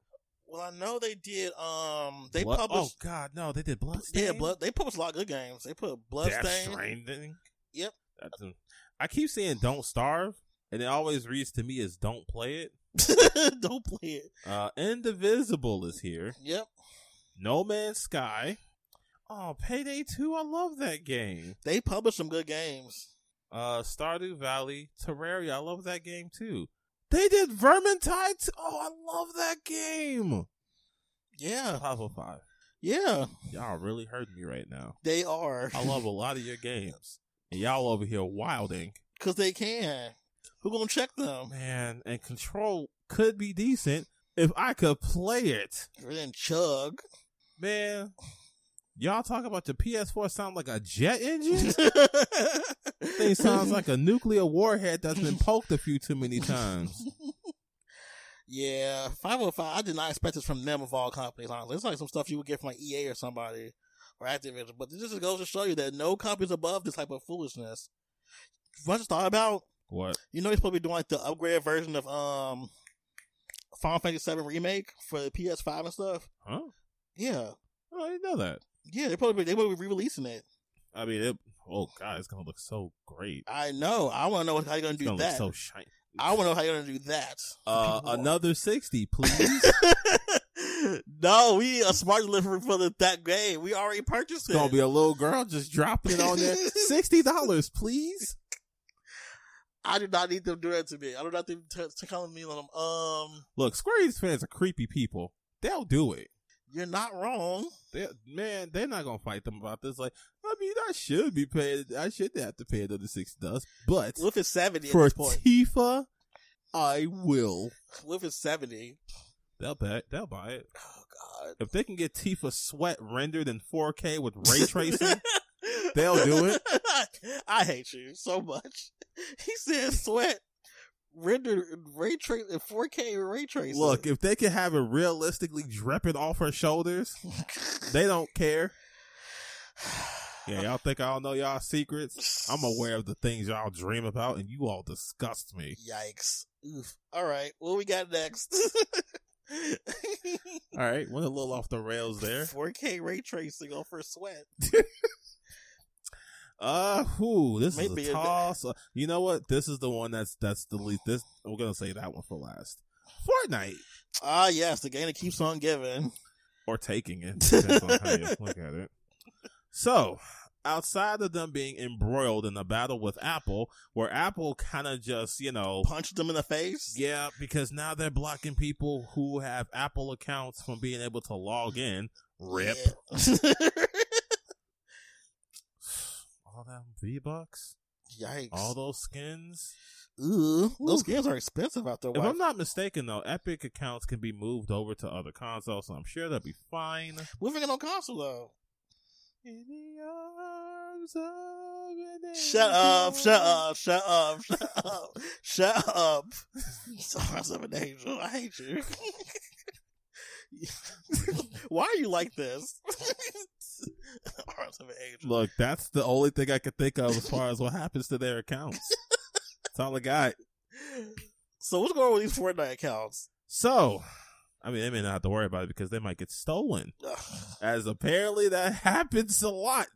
[SPEAKER 4] Well, I know they did. Um, they
[SPEAKER 3] Blood-
[SPEAKER 4] published.
[SPEAKER 3] Oh God, no, they did Bloodstain.
[SPEAKER 4] yeah, blood. They published a lot of good games. They put Bloodstain.
[SPEAKER 3] Stranding.
[SPEAKER 4] Yep.
[SPEAKER 3] That's a- I keep saying "Don't Starve," and it always reads to me as "Don't play it."
[SPEAKER 4] [LAUGHS] Don't play it.
[SPEAKER 3] Uh, Indivisible is here.
[SPEAKER 4] Yep.
[SPEAKER 3] No Man's Sky. Oh, Payday Two. I love that game.
[SPEAKER 4] They published some good games.
[SPEAKER 3] Uh, Stardew Valley, Terraria. I love that game too. They did Vermintide. Too. Oh, I love that game.
[SPEAKER 4] Yeah.
[SPEAKER 3] Puzzle Five.
[SPEAKER 4] Yeah.
[SPEAKER 3] Y'all really hurting me right now.
[SPEAKER 4] They are.
[SPEAKER 3] I love a lot of your games, and y'all over here wilding.
[SPEAKER 4] Because they can. Who gonna check them?
[SPEAKER 3] Man, and Control could be decent if I could play it.
[SPEAKER 4] They didn't chug.
[SPEAKER 3] Man, y'all talk about your PS4 sound like a jet
[SPEAKER 4] [LAUGHS]
[SPEAKER 3] engine? Thing
[SPEAKER 4] Thing
[SPEAKER 3] sounds
[SPEAKER 4] [LAUGHS]
[SPEAKER 3] like a nuclear warhead that's been poked a few too many times.
[SPEAKER 4] Yeah, 505. I did not expect this from them of all companies, honestly. It's like some stuff you would get from like EA or somebody or Activision. But this just goes to show you that no company's above this type of foolishness. What I just thought about,
[SPEAKER 3] What?
[SPEAKER 4] you know, he's supposed to be doing like the upgraded version of um Final Fantasy VII Remake for the PS5 and stuff.
[SPEAKER 3] Huh?
[SPEAKER 4] Yeah.
[SPEAKER 3] Oh, I didn't know that.
[SPEAKER 4] Yeah, they probably they will be re-releasing it.
[SPEAKER 3] I mean, it, oh god, it's gonna look so great.
[SPEAKER 4] I know. I want to know how you're gonna
[SPEAKER 3] It's
[SPEAKER 4] do
[SPEAKER 3] gonna
[SPEAKER 4] that.
[SPEAKER 3] look so shiny.
[SPEAKER 4] I want to know how you're gonna do that.
[SPEAKER 3] Uh,
[SPEAKER 4] People-
[SPEAKER 3] another sixty,
[SPEAKER 4] [LAUGHS]
[SPEAKER 3] please.
[SPEAKER 4] no, we need a smart delivery for the, that game. We already purchased
[SPEAKER 3] It's gonna
[SPEAKER 4] it.
[SPEAKER 3] be a little girl just dropping it on there. Sixty dollars, please.
[SPEAKER 4] I do not need them doing that to me. I do not need them t- t- telling me on them. Um,
[SPEAKER 3] Look, Square Enix fans are creepy people. They'll do it.
[SPEAKER 4] you're not wrong.
[SPEAKER 3] They, man, they're not gonna fight them about this. Like, I mean, I should be paying. I shouldn't have to pay another six dollars, but
[SPEAKER 4] With his seventy at
[SPEAKER 3] for
[SPEAKER 4] this point.
[SPEAKER 3] Tifa, I will.
[SPEAKER 4] With his seventy.
[SPEAKER 3] They'll bet. They'll buy it
[SPEAKER 4] Oh God.
[SPEAKER 3] if they can get Tifa sweat rendered in 4K with
[SPEAKER 4] [LAUGHS]
[SPEAKER 3] ray tracing. They'll do it.
[SPEAKER 4] I hate you so much. He said sweat rendered in ray trace in 4K ray tracing.
[SPEAKER 3] Look,
[SPEAKER 4] [LAUGHS]
[SPEAKER 3] if they can have it realistically dripping off her shoulders, they don't care. Yeah, y'all think I don't know y'all secrets? I'm aware of the things y'all dream about, and you all disgust me.
[SPEAKER 4] Yikes. Oof. All right. What we got next? [LAUGHS]
[SPEAKER 3] All right, went a little off the rails there.
[SPEAKER 4] 4K ray tracing on for sweat.
[SPEAKER 3] Uh, who? This
[SPEAKER 4] Maybe
[SPEAKER 3] is a
[SPEAKER 4] it-
[SPEAKER 3] toss. Uh, You know what? This is the one that's that's the least. This we're gonna say that one for last. Fortnite
[SPEAKER 4] Ah, yes. The game that keeps on giving.
[SPEAKER 3] or taking it. Depends on how you look at it. So, outside of them being embroiled in a battle with Apple, where Apple kind of just you know,
[SPEAKER 4] Punched them in the face.
[SPEAKER 3] yeah, because now they're blocking people who have Apple accounts from being able to log in. Rip
[SPEAKER 4] Yeah. [LAUGHS]
[SPEAKER 3] all them V bucks,
[SPEAKER 4] Yikes.
[SPEAKER 3] all those skins.
[SPEAKER 4] Ooh, those
[SPEAKER 3] Oof.
[SPEAKER 4] games are expensive out there.
[SPEAKER 3] If
[SPEAKER 4] Why-
[SPEAKER 3] I'm not mistaken, though, Epic accounts can be moved over to other consoles, so I'm sure they'll be fine.
[SPEAKER 4] We're thinking on console though.
[SPEAKER 3] In the arms of an
[SPEAKER 4] Shut up,
[SPEAKER 3] angel.
[SPEAKER 4] shut up, shut up, shut up, shut up. Stars of an angel, I hate you. [LAUGHS] Why are you like this? [LAUGHS] Stars of an angel.
[SPEAKER 3] Look, that's the only thing I could think of as far as what happens to their accounts.
[SPEAKER 4] [LAUGHS]
[SPEAKER 3] that's all I got.
[SPEAKER 4] So what's going on with these Fortnite accounts? [SIGHS]
[SPEAKER 3] So, I mean, they may not have to worry about it because they might get stolen, as apparently that [LAUGHS] happens a lot.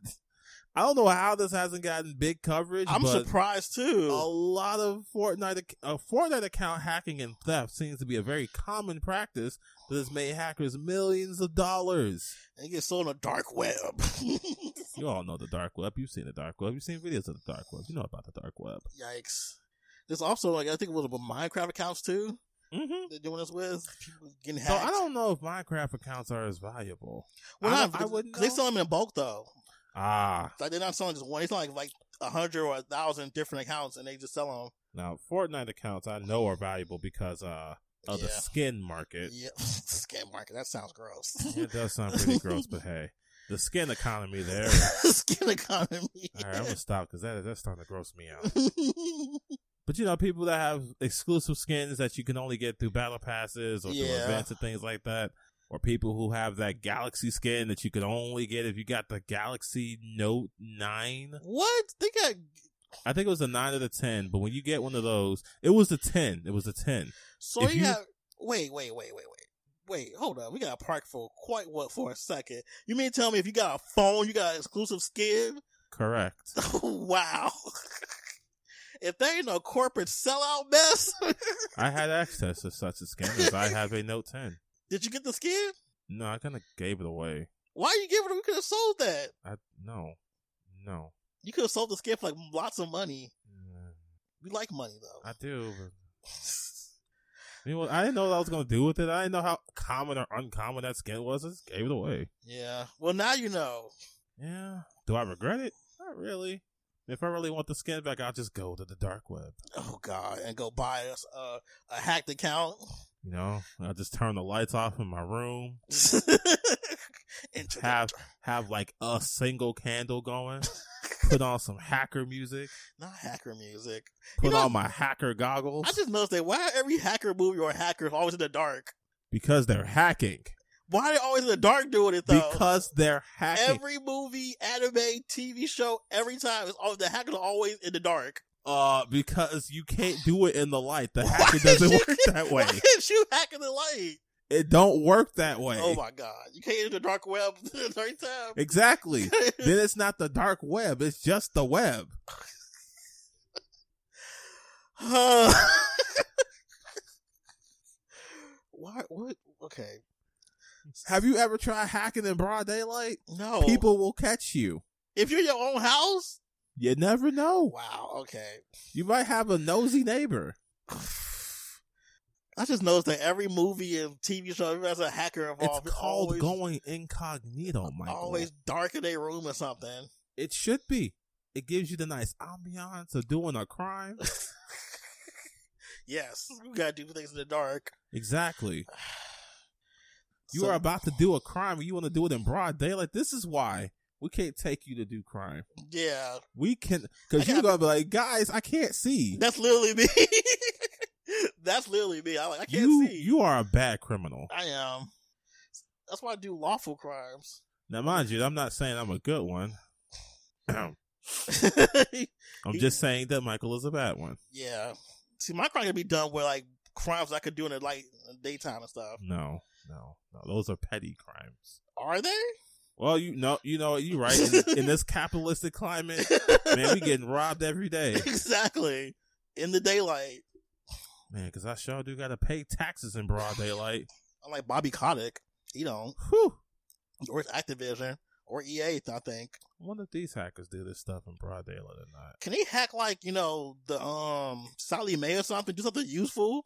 [SPEAKER 3] I don't know how this hasn't gotten big coverage.
[SPEAKER 4] I'm
[SPEAKER 3] but-
[SPEAKER 4] surprised too.
[SPEAKER 3] a lot of Fortnite ac- uh, Fortnite account hacking and theft seems to be a very common practice that has made hackers millions of dollars.
[SPEAKER 4] They get sold on the dark web. [LAUGHS]
[SPEAKER 3] You all know the dark web. You've seen the dark web. You've seen videos of the dark web. You know about the dark web.
[SPEAKER 4] Yikes. There's also like I think it was with Minecraft accounts too.
[SPEAKER 3] Mm-hmm.
[SPEAKER 4] They're doing this with people getting hacked.
[SPEAKER 3] So I don't know if Minecraft accounts are as valuable.
[SPEAKER 4] Well,
[SPEAKER 3] I-
[SPEAKER 4] I,
[SPEAKER 3] I wouldn't
[SPEAKER 4] They
[SPEAKER 3] know.
[SPEAKER 4] sell them in bulk though.
[SPEAKER 3] Ah,
[SPEAKER 4] Like they're not selling just one. It's not like like a hundred or a thousand different accounts, and they just sell
[SPEAKER 3] now Fortnite accounts I know are valuable because uh of the
[SPEAKER 4] Yeah. [LAUGHS]
[SPEAKER 3] skin
[SPEAKER 4] them.
[SPEAKER 3] market.
[SPEAKER 4] Yeah, scam market. That sounds gross. [LAUGHS]
[SPEAKER 3] It does sound pretty gross, but hey. The skin economy there.
[SPEAKER 4] Skin economy.
[SPEAKER 3] All right, I'm gonna stop because that that's starting to gross me out. Uh, But you know, people that have exclusive skins that you can only get through battle passes or through
[SPEAKER 4] Yeah.
[SPEAKER 3] events and things like that, or people who have that galaxy skin that you can only get if you got the Galaxy Note Nine.
[SPEAKER 4] what? They got.
[SPEAKER 3] I think it was a nine or the ten, but when you get one of those, it was the ten. It was the ten.
[SPEAKER 4] So
[SPEAKER 3] If
[SPEAKER 4] you,
[SPEAKER 3] you-
[SPEAKER 4] got. Wait, wait, wait, wait, wait. Wait, hold up. We got to park for quite what for a second. You mean to tell me if you got a phone, you got an exclusive skin? [LAUGHS]
[SPEAKER 3] Correct.
[SPEAKER 4] wow. [LAUGHS] if there ain't no corporate sellout mess, [LAUGHS]
[SPEAKER 3] I had access to such a skin as I have a Note Ten.
[SPEAKER 4] did you get the skin?
[SPEAKER 3] No, I kind of gave it away.
[SPEAKER 4] Why you giving it? We could have sold that.
[SPEAKER 3] I no, no.
[SPEAKER 4] You could have sold the skin for like lots of money.
[SPEAKER 3] Mm,
[SPEAKER 4] We like money though.
[SPEAKER 3] I do. But You know what? I didn't know what I was gonna do with it. I didn't know how common or uncommon that skin was. I just gave it away.
[SPEAKER 4] [SIGHS] yeah. Well, now you know.
[SPEAKER 3] Yeah. Do I regret it? Not really. If I really want the skin back, I'll just go to the dark web.
[SPEAKER 4] Oh God, and go buy us uh, a hacked account. [LAUGHS]
[SPEAKER 3] You know, I'll just turn the lights off in my room.
[SPEAKER 4] Internet.
[SPEAKER 3] Have have like a single candle going. Put on some hacker music.
[SPEAKER 4] Not hacker music.
[SPEAKER 3] Put
[SPEAKER 4] know-
[SPEAKER 3] on my hacker goggles
[SPEAKER 4] I just noticed that why every hacker movie or hacker is always in the dark.
[SPEAKER 3] because they're hacking.
[SPEAKER 4] Why they always in the dark doing it though?
[SPEAKER 3] because they're hacking.
[SPEAKER 4] every movie, anime, TV show, every time it's always the hackers are always in
[SPEAKER 3] [LAUGHS]
[SPEAKER 4] the dark.
[SPEAKER 3] uh, because you can't do it in the light. The
[SPEAKER 4] Why
[SPEAKER 3] hacking
[SPEAKER 4] is [LAUGHS]
[SPEAKER 3] doesn't
[SPEAKER 4] you-
[SPEAKER 3] work that way.
[SPEAKER 4] Why is you hacking the light?
[SPEAKER 3] It don't work that way.
[SPEAKER 4] Oh my god, you can't enter the dark web [LAUGHS] every time. [LAUGHS]
[SPEAKER 3] Exactly. then it's not the dark web. It's just the web.
[SPEAKER 4] [LAUGHS] Huh. Why? What? Okay.
[SPEAKER 3] Have you ever tried hacking in broad daylight?
[SPEAKER 4] No.
[SPEAKER 3] People will catch you.
[SPEAKER 4] if you're in your own house.
[SPEAKER 3] You never know.
[SPEAKER 4] Wow. Okay. [SIGHS]
[SPEAKER 3] You might have a nosy neighbor.
[SPEAKER 4] I just noticed that every movie and TV show has a hacker
[SPEAKER 3] It's
[SPEAKER 4] involved.
[SPEAKER 3] called
[SPEAKER 4] Oh, always,
[SPEAKER 3] going incognito, Michael.
[SPEAKER 4] always dark in their room or something.
[SPEAKER 3] It should be. It gives you the nice ambiance of doing a crime.
[SPEAKER 4] Yes, you gotta do things in the dark.
[SPEAKER 3] exactly.
[SPEAKER 4] [LAUGHS]
[SPEAKER 3] You
[SPEAKER 4] So-
[SPEAKER 3] are about to do a crime and you want to do it in broad daylight. This is why we can't take you to do crime. [LAUGHS]
[SPEAKER 4] Yeah,
[SPEAKER 3] We can, because
[SPEAKER 4] I
[SPEAKER 3] you're
[SPEAKER 4] got-
[SPEAKER 3] going to be like, guys, I can't see.
[SPEAKER 4] that's literally me. [LAUGHS] that's literally me. I, like, I can't
[SPEAKER 3] You,
[SPEAKER 4] see.
[SPEAKER 3] you are a bad criminal.
[SPEAKER 4] I am. That's why I do lawful crimes. [LAUGHS]
[SPEAKER 3] Now, mind you, I'm not saying I'm a good one. [CLEARS THROAT] I'm
[SPEAKER 4] He-
[SPEAKER 3] just saying that Michael is a bad one.
[SPEAKER 4] yeah. See, my crime can be done with like crimes I could do in the light, in the daytime and stuff.
[SPEAKER 3] No, no, no. Those are petty crimes.
[SPEAKER 4] Are they?
[SPEAKER 3] Well, you know, you know, you're right. In, in this capitalistic climate, man,
[SPEAKER 4] [LAUGHS]
[SPEAKER 3] we getting robbed every day,
[SPEAKER 4] exactly in the daylight.
[SPEAKER 3] man. Because I sure do got to pay taxes in broad daylight.
[SPEAKER 4] I'm like Bobby Kotick. You know,
[SPEAKER 3] Whew.
[SPEAKER 4] or it's Activision or EA. I think.
[SPEAKER 3] I wonder if these hackers do this stuff in broad daylight or not.
[SPEAKER 4] Can they hack like you know the um Sally May or something? Do something useful?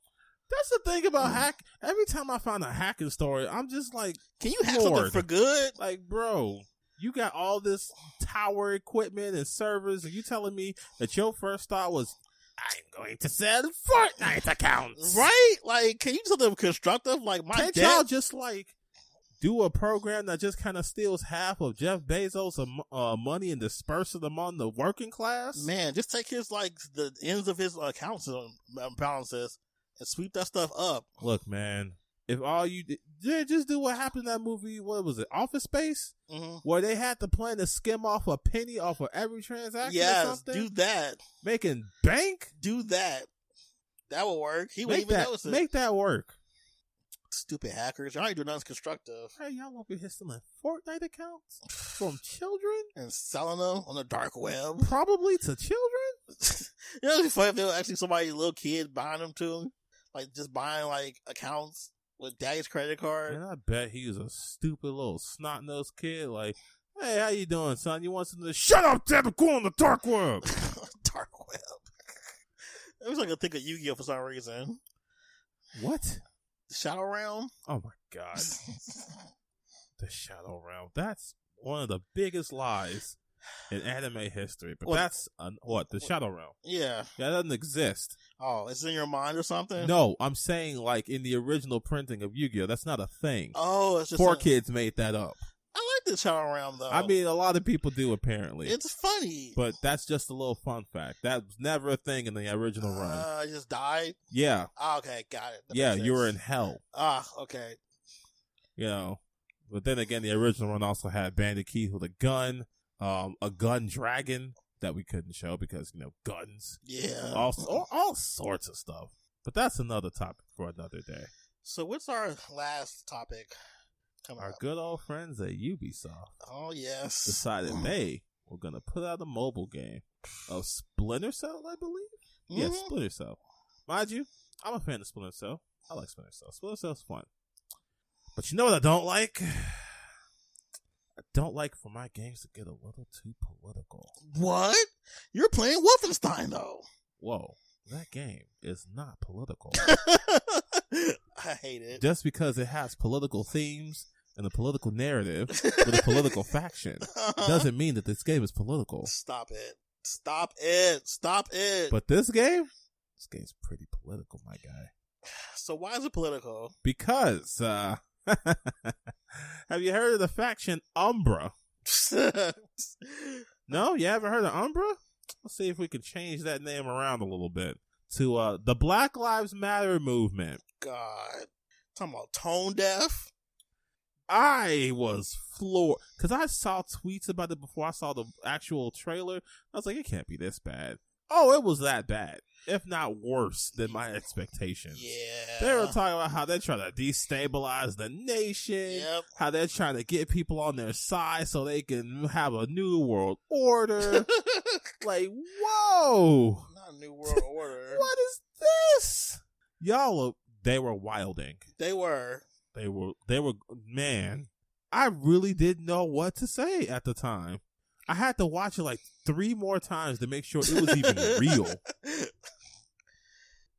[SPEAKER 3] That's the thing
[SPEAKER 4] Hmm.
[SPEAKER 3] about hack. Every time I find a hacking story, I'm just like,
[SPEAKER 4] Can you hack
[SPEAKER 3] Lord.
[SPEAKER 4] something for good?
[SPEAKER 3] like, bro, you got all this tower equipment and servers, and you telling me that your first thought was, I'm going to sell Fortnite accounts,
[SPEAKER 4] Right? Like, can you do something constructive? Like my
[SPEAKER 3] Can't
[SPEAKER 4] dad.
[SPEAKER 3] y'all just like do a program that just kind of steals half of Jeff Bezos' am- uh, money and disperses them on the working class?
[SPEAKER 4] Man, just take his like the ends of his uh, accounts and um, balances and sweep that stuff up.
[SPEAKER 3] Look, man, if all you did, yeah, just do what happened in that movie. What was it? Office Space.
[SPEAKER 4] hmm
[SPEAKER 3] where they had the plan to skim off a penny off of every transaction or
[SPEAKER 4] Yes,
[SPEAKER 3] something,
[SPEAKER 4] do that.
[SPEAKER 3] making bank.
[SPEAKER 4] Do that. That would work. He wouldn't
[SPEAKER 3] Make
[SPEAKER 4] even
[SPEAKER 3] that,
[SPEAKER 4] notice it.
[SPEAKER 3] make that work.
[SPEAKER 4] Stupid hackers. Y'all ain't doing nothing constructive.
[SPEAKER 3] Hey, y'all won't be stealing Fortnite accounts from children,
[SPEAKER 4] And selling them on the dark web. [LAUGHS]
[SPEAKER 3] probably to children.
[SPEAKER 4] you know, it'd be funny if there was actually somebody, little kid, buying them too. Like, just buying, like, accounts with daddy's credit card.
[SPEAKER 3] And I bet he was a stupid little snot nosed kid. Like, hey, how you doing, son? You want some? Of this? Shut up, Dad. I'm going to dark web.
[SPEAKER 4] [LAUGHS] Dark web. [LAUGHS] it was like a think of Yu-Gi-Oh for some reason.
[SPEAKER 3] what?
[SPEAKER 4] Shadow Realm.
[SPEAKER 3] Oh my
[SPEAKER 4] [LAUGHS]
[SPEAKER 3] god, the shadow realm. That's one of the biggest lies in anime history. But
[SPEAKER 4] What-
[SPEAKER 3] that's an, what the shadow realm.
[SPEAKER 4] yeah.
[SPEAKER 3] That doesn't exist.
[SPEAKER 4] Oh, it's in your mind or something.
[SPEAKER 3] No, I'm saying like in the original printing of Yu-Gi-Oh, that's not a thing.
[SPEAKER 4] Oh, it's just
[SPEAKER 3] Four
[SPEAKER 4] a-
[SPEAKER 3] kids made that up.
[SPEAKER 4] I like this Shadow Realm though.
[SPEAKER 3] I mean, a lot of people do apparently.
[SPEAKER 4] Um, it's funny.
[SPEAKER 3] but that's just a little fun fact. That was never a thing in the original run.
[SPEAKER 4] uh, I just died.
[SPEAKER 3] Yeah,
[SPEAKER 4] Ah, okay, got it. That
[SPEAKER 3] yeah,
[SPEAKER 4] makes
[SPEAKER 3] you were in
[SPEAKER 4] sense.
[SPEAKER 3] hell.
[SPEAKER 4] Ah, okay.
[SPEAKER 3] You know, but then again, the original run also had Bandit Keith with a gun, um, a gun dragon that we couldn't show because you know guns,
[SPEAKER 4] Yeah.
[SPEAKER 3] all all, all sorts of stuff. But that's another topic for another day.
[SPEAKER 4] So what's our last topic coming
[SPEAKER 3] Our
[SPEAKER 4] up?
[SPEAKER 3] good old friends at Ubisoft.
[SPEAKER 4] Oh yes.
[SPEAKER 3] decided they were gonna put out a mobile game of Splinter Cell, I believe. Yeah,
[SPEAKER 4] Mhm.
[SPEAKER 3] Splinter Cell. Mind you, I'm a fan of Splinter Cell. I like Splinter Cell. Splinter Cell's fun. But you know what I don't like? I don't like for my games to get a little too political.
[SPEAKER 4] What? You're playing Wolfenstein though. [LAUGHS]
[SPEAKER 3] Whoa, that game is not political.
[SPEAKER 4] I hate it.
[SPEAKER 3] Just because it has political themes and a political narrative with a political faction
[SPEAKER 4] Uh-huh.
[SPEAKER 3] doesn't mean that this game is political.
[SPEAKER 4] Stop it. Stop it. Stop it.
[SPEAKER 3] But this game, this game's pretty political, my guy.
[SPEAKER 4] so why is it political?
[SPEAKER 3] Because uh, [LAUGHS] have you heard of the faction Umbra? No, you haven't heard of Umbra? Let's see if we can change that name around a little bit to uh, the Black Lives Matter movement.
[SPEAKER 4] God. Talking about tone deaf?
[SPEAKER 3] I was floored because I saw tweets about it before I saw the actual trailer. I was like, it can't be this bad. Oh, it was that bad, if not worse than my expectations.
[SPEAKER 4] Yeah.
[SPEAKER 3] They were talking about how they're trying to destabilize the nation,
[SPEAKER 4] Yep. [LAUGHS]
[SPEAKER 3] how they're trying to get people on their side so they can have a new world
[SPEAKER 4] [LAUGHS]
[SPEAKER 3] order. [LAUGHS] like, whoa,
[SPEAKER 4] Not New World Order.
[SPEAKER 3] [LAUGHS] what is this? Y'all, are- they were wilding.
[SPEAKER 4] They were.
[SPEAKER 3] They were, they were, man, I really didn't know what to say at the time. I had to watch it like three more times to make sure it was
[SPEAKER 4] [LAUGHS]
[SPEAKER 3] even real.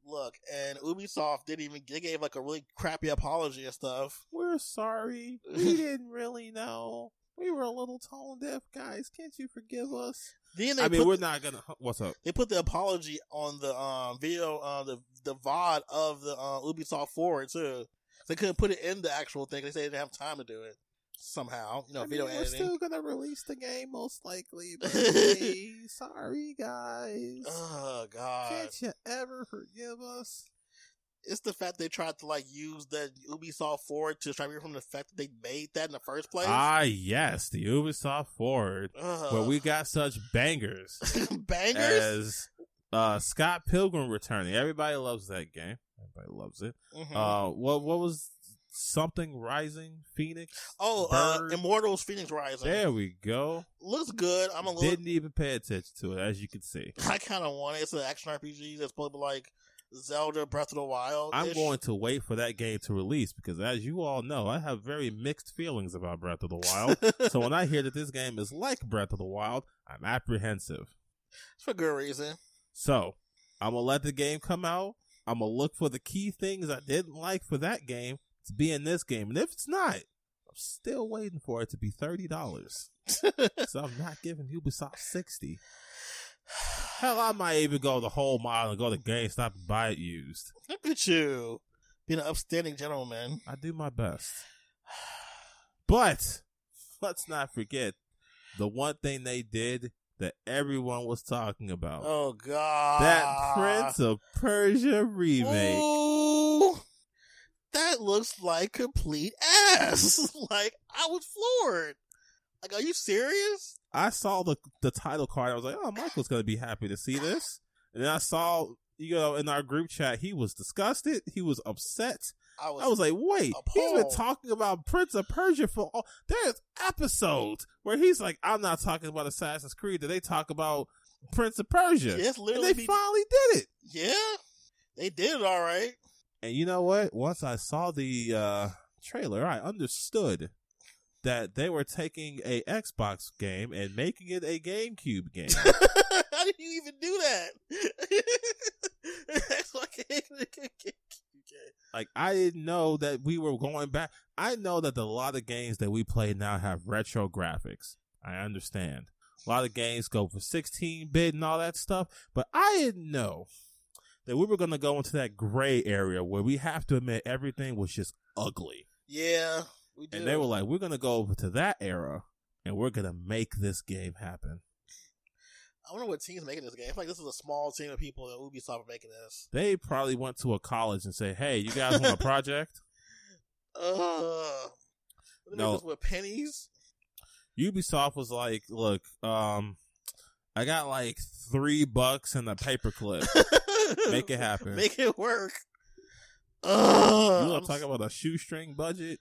[SPEAKER 4] Look, and Ubisoft didn't even they gave like a really crappy apology and stuff.
[SPEAKER 3] we're sorry.
[SPEAKER 4] [LAUGHS]
[SPEAKER 3] We didn't really know. We were a little tone deaf, guys. Can't you forgive us?
[SPEAKER 4] Then they
[SPEAKER 3] I mean,
[SPEAKER 4] put,
[SPEAKER 3] we're not gonna. What's up?
[SPEAKER 4] they put the apology on the um video uh, the the VOD of the uh, Ubisoft forward too. They couldn't put it in the actual thing. They said they didn't have time to do it somehow. You know,
[SPEAKER 3] I mean,
[SPEAKER 4] video
[SPEAKER 3] we're
[SPEAKER 4] editing.
[SPEAKER 3] still gonna release the game most likely.
[SPEAKER 4] [LAUGHS]
[SPEAKER 3] But hey, sorry, guys.
[SPEAKER 4] Oh god!
[SPEAKER 3] Can't you ever forgive us?
[SPEAKER 4] It's the fact they tried to like use that Ubisoft forward to try to get from the fact that they made that in the first place.
[SPEAKER 3] Ah, yes, the Ubisoft Forward,
[SPEAKER 4] Ugh.
[SPEAKER 3] where we got such bangers
[SPEAKER 4] [LAUGHS] bangers.
[SPEAKER 3] as uh, Scott Pilgrim returning. Everybody loves that game. Everybody loves it.
[SPEAKER 4] Mhm.
[SPEAKER 3] Uh, what what was something Rising Phoenix?
[SPEAKER 4] oh, uh,
[SPEAKER 3] Bird.
[SPEAKER 4] Immortals: Phoenix Rising
[SPEAKER 3] There we go.
[SPEAKER 4] looks good. I'm a little.
[SPEAKER 3] Didn't even pay attention to it, as you can see.
[SPEAKER 4] [LAUGHS] I kind of want it. It's an action RPG that's supposed to be like Zelda Breath of the Wild.
[SPEAKER 3] I'm going to wait for that game to release because, as you all know, I have very mixed feelings about Breath of the Wild.
[SPEAKER 4] [LAUGHS]
[SPEAKER 3] so when I hear that this game is like Breath of the Wild, I'm apprehensive.
[SPEAKER 4] [LAUGHS] for good reason.
[SPEAKER 3] So I'm gonna let the game come out. I'm gonna look for the key things I didn't like for that game to be in this game, and if it's not, I'm still waiting for it to be thirty dollars. so I'm not giving Ubisoft sixty. Hell, I might even go the whole mile and go to GameStop and buy it used.
[SPEAKER 4] Look at you being an upstanding gentleman.
[SPEAKER 3] I do my best. [SIGHS] But let's not forget the one thing they did that everyone was talking about.
[SPEAKER 4] Oh God!
[SPEAKER 3] That Prince of Persia remake.
[SPEAKER 4] Ooh, that looks like complete ass. [LAUGHS] like I was floored. Like, are you serious?
[SPEAKER 3] I saw the the title card. I was like, "Oh, Michael's gonna be happy to see this." And then I saw, you know, in our group chat, he was disgusted. He was upset.
[SPEAKER 4] I was.
[SPEAKER 3] I was like, "Wait, he's been
[SPEAKER 4] Appalled.
[SPEAKER 3] talking about Prince of Persia for all." There's episodes where he's like, "I'm not talking about Assassin's Creed." That they talk about Prince of Persia,
[SPEAKER 4] Yes,
[SPEAKER 3] and they
[SPEAKER 4] literally. be-
[SPEAKER 3] finally did it.
[SPEAKER 4] yeah, they did it all right.
[SPEAKER 3] And you know what? Once I saw the uh, trailer, I understood that they were taking a Xbox game and making it a GameCube game.
[SPEAKER 4] [LAUGHS] How did you even do that? [LAUGHS] That's why I can't- I can't- can't- can't.
[SPEAKER 3] like I didn't know that we were going back. I know that the, a lot of games that we play now have retro graphics. I understand. A lot of games go for 16 bit and all that stuff, but I didn't know that we were going to go into that gray area where we have to admit everything was just ugly.
[SPEAKER 4] [LAUGHS] Yeah, We did.
[SPEAKER 3] and they were like, "We're gonna go over to that era, and we're gonna make this game happen."
[SPEAKER 4] I wonder what team's making this game. I feel like this is a small team of people that Ubisoft are making this.
[SPEAKER 3] They probably went to a college and say, "Hey, you guys want a project?"
[SPEAKER 4] Ugh. They
[SPEAKER 3] No.
[SPEAKER 4] Make this with pennies.
[SPEAKER 3] Ubisoft was like, "Look, um, I got like three bucks and a [LAUGHS] paperclip. [LAUGHS] Make it happen.
[SPEAKER 4] [LAUGHS] Make it work.
[SPEAKER 3] you
[SPEAKER 4] Ugh.
[SPEAKER 3] want to talk about a shoestring budget?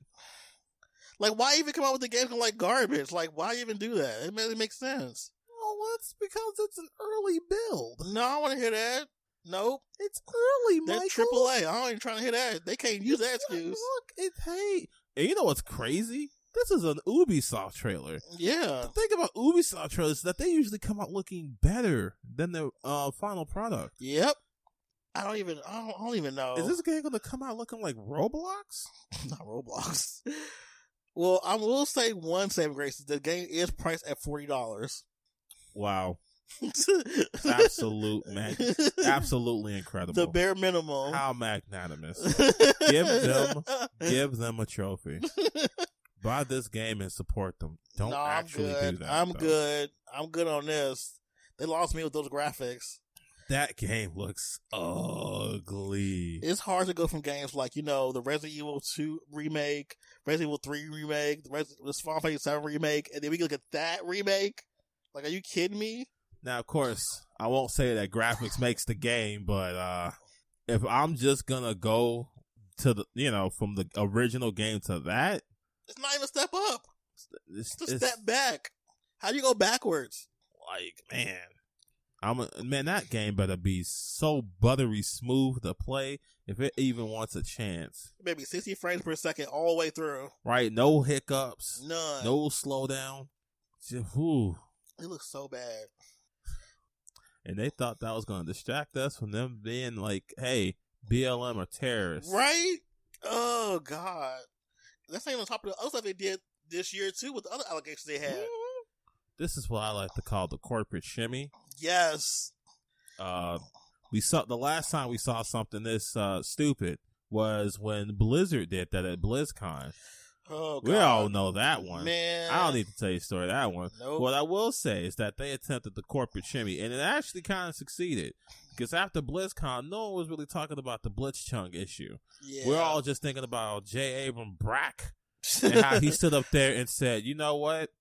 [SPEAKER 4] like, why even come out with the game like garbage? Like, why even do that? It really makes sense.
[SPEAKER 3] Well, it's because it's an early build.
[SPEAKER 4] No, I want to hear that. Nope.
[SPEAKER 3] It's early,
[SPEAKER 4] They're triple A. I ain't trying to hear that. They can't use that excuse.
[SPEAKER 3] Look, it hey, and you know what's crazy? This is an Ubisoft trailer.
[SPEAKER 4] Yeah.
[SPEAKER 3] The thing about Ubisoft trailers is that they usually come out looking better than their uh, final product.
[SPEAKER 4] Yep. I don't even. I don't, I don't even know.
[SPEAKER 3] Is this game going to come out looking like Roblox?
[SPEAKER 4] [LAUGHS] not Roblox? well, I will say one saving grace: is the game is priced at forty dollars.
[SPEAKER 3] Wow, [LAUGHS] absolute
[SPEAKER 4] [LAUGHS]
[SPEAKER 3] mag- absolutely incredible.
[SPEAKER 4] the bare minimum. [LAUGHS]
[SPEAKER 3] How magnanimous! Give them- Give them a
[SPEAKER 4] [LAUGHS]
[SPEAKER 3] trophy. Buy this game and support them. Don't
[SPEAKER 4] No, I'm
[SPEAKER 3] actually
[SPEAKER 4] good.
[SPEAKER 3] do that.
[SPEAKER 4] I'm
[SPEAKER 3] though.
[SPEAKER 4] good. I'm good on this. They lost me with those graphics.
[SPEAKER 3] That game looks ugly.
[SPEAKER 4] It's hard to go from games like you know the Resident Evil Two remake, Resident Evil Three remake, the, Res- the Final Fantasy Seven remake, and then we look at that remake. Like, are you kidding me?
[SPEAKER 3] Now, of course, I won't say that graphics makes the game, but uh, if I'm just gonna go to the, you know, from the original game to that,
[SPEAKER 4] It's not even a step up.
[SPEAKER 3] it's,
[SPEAKER 4] It's a
[SPEAKER 3] it's
[SPEAKER 4] step back. How do you go backwards?
[SPEAKER 3] like, man, I'm a, man. That game better be so buttery smooth to play if it even wants a chance,
[SPEAKER 4] Maybe 60 frames per second all the way through.
[SPEAKER 3] right? No hiccups,
[SPEAKER 4] None.
[SPEAKER 3] no slowdown. Just, whew.
[SPEAKER 4] It looks so bad.
[SPEAKER 3] And they thought that was gonna distract us from them being like, hey, BLM are terrorists.
[SPEAKER 4] Right? Oh, God. That's not even on top of the other stuff they did this year, too, with the other allegations they had.
[SPEAKER 3] This is what I like to call the corporate shimmy.
[SPEAKER 4] Yes.
[SPEAKER 3] uh, we saw the last time we saw something this uh, stupid was when Blizzard did that at BlizzCon.
[SPEAKER 4] Oh, God.
[SPEAKER 3] we all know that one.
[SPEAKER 4] Man.
[SPEAKER 3] I don't need to tell you the story of that one.
[SPEAKER 4] Nope.
[SPEAKER 3] What I will say is that they attempted the corporate shimmy, and it actually kind of succeeded. Because after BlizzCon, no one was really talking about the Blitzchung issue.
[SPEAKER 4] yeah.
[SPEAKER 3] We're all just thinking about J. Abram
[SPEAKER 4] [LAUGHS]
[SPEAKER 3] Brack and how he stood up there and said, "You know what? [SIGHS]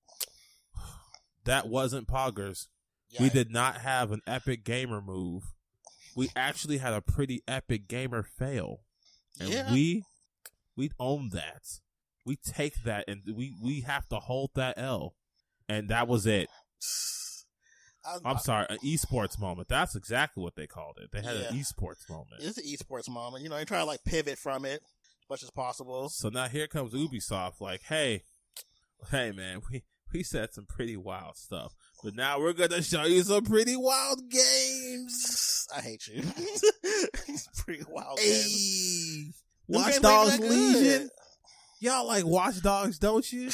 [SPEAKER 3] That wasn't poggers. We
[SPEAKER 4] Yeah.
[SPEAKER 3] did not have an epic gamer move. We actually had a pretty epic gamer fail. And
[SPEAKER 4] Yeah.
[SPEAKER 3] we we own that. We take that and we we have to hold that L. And that was it.
[SPEAKER 4] I-
[SPEAKER 3] I'm
[SPEAKER 4] I-
[SPEAKER 3] sorry, an esports moment. That's exactly what they called it. They had an
[SPEAKER 4] Yeah.
[SPEAKER 3] esports moment.
[SPEAKER 4] It's an esports moment. You know, they try to, like, pivot from it as much as possible.
[SPEAKER 3] So now here comes Ubisoft like, "Hey, hey man, we we said some pretty wild stuff, but now we're going to show you some pretty wild games."
[SPEAKER 4] I hate you. [LAUGHS] it's pretty wild. man.
[SPEAKER 3] Hey,
[SPEAKER 4] Them
[SPEAKER 3] Watch
[SPEAKER 4] games ain't
[SPEAKER 3] Dogs
[SPEAKER 4] that good.
[SPEAKER 3] Legion. Y'all like Watch Dogs, don't you?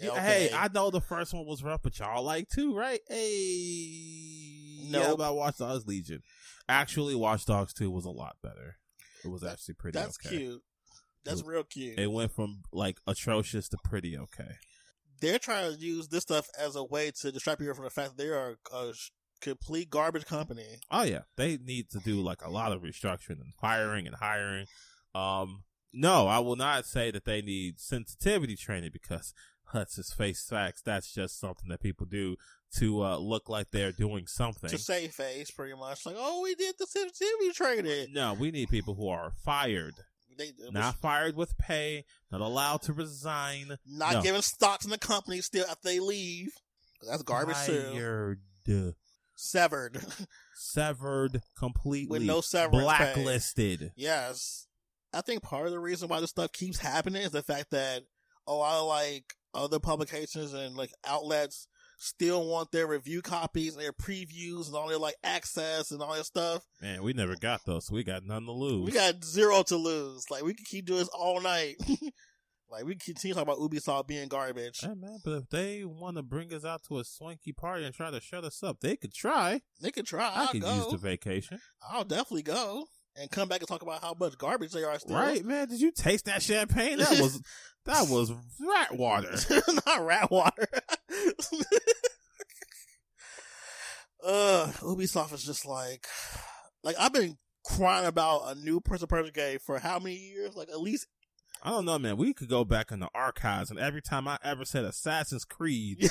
[SPEAKER 4] Yeah,
[SPEAKER 3] Hey,
[SPEAKER 4] okay.
[SPEAKER 3] I know the first one was rough, but y'all like too, right? Hey, yeah,
[SPEAKER 4] Nope.
[SPEAKER 3] about Watch Dogs Legion. Actually, Watch Dogs Two was a lot better. It was actually pretty.
[SPEAKER 4] That's
[SPEAKER 3] okay.
[SPEAKER 4] cute. That's
[SPEAKER 3] It-
[SPEAKER 4] real cute.
[SPEAKER 3] It went from like atrocious to pretty okay.
[SPEAKER 4] They're trying to use this stuff as a way to distract people from the fact that they are a sh- complete garbage company.
[SPEAKER 3] Oh yeah, they need to do like a lot of restructuring and firing and hiring. Um, no, I will not say that they need sensitivity training because let's just face facts. That's just something that people do to uh, look like they're doing something.
[SPEAKER 4] To save face, pretty much. Like, oh, we did the sensitivity training.
[SPEAKER 3] No, we need people who are fired,
[SPEAKER 4] They, it was
[SPEAKER 3] not fired with pay, not allowed to resign.
[SPEAKER 4] not
[SPEAKER 3] no.
[SPEAKER 4] giving stocks in the company still after they leave. That's garbage too.
[SPEAKER 3] Fired,
[SPEAKER 4] Severed.
[SPEAKER 3] severed completely,
[SPEAKER 4] With no severance pay.
[SPEAKER 3] blacklisted.
[SPEAKER 4] Yes. I think part of the reason why this stuff keeps happening is the fact that a lot of like other publications and like outlets still want their review copies and their previews and all their like access and all that stuff.
[SPEAKER 3] Man, we never got those, so we got nothing to lose.
[SPEAKER 4] We got zero to lose. Like we can keep doing this all night. [LAUGHS] like we can continue talking about Ubisoft being garbage.
[SPEAKER 3] Hey man, but if they want to bring us out to a swanky party and try to shut us up, they could try.
[SPEAKER 4] They can try.
[SPEAKER 3] I
[SPEAKER 4] I'll
[SPEAKER 3] could
[SPEAKER 4] go.
[SPEAKER 3] use the vacation.
[SPEAKER 4] I'll definitely go. and come back and talk about how much garbage they are still.
[SPEAKER 3] Right, man. Did you taste that champagne? That
[SPEAKER 4] [LAUGHS]
[SPEAKER 3] was that was rat water.
[SPEAKER 4] Not rat water. [LAUGHS] uh, Ubisoft is just like, like I've been crying about a new person person game for how many years? Like at least
[SPEAKER 3] I don't know, man. We could go back in the archives, and every time I ever said Assassin's
[SPEAKER 4] [LAUGHS]
[SPEAKER 3] Creed, you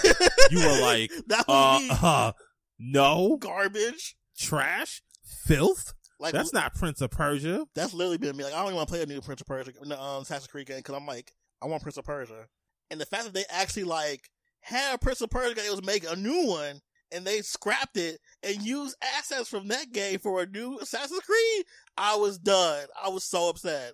[SPEAKER 3] were like,
[SPEAKER 4] that
[SPEAKER 3] uh,
[SPEAKER 4] was me.
[SPEAKER 3] uh no,
[SPEAKER 4] garbage.
[SPEAKER 3] trash, filth.
[SPEAKER 4] Like
[SPEAKER 3] That's not Prince of Persia.
[SPEAKER 4] that's literally been me. Like I don't even want to play a new Prince of Persia, no, um, Assassin's Creed game because I'm like, I want Prince of Persia. And the fact that they actually like had a Prince of Persia game, they was making a new one, and they scrapped it and used assets from that game for a new Assassin's Creed, I was done. I was so upset.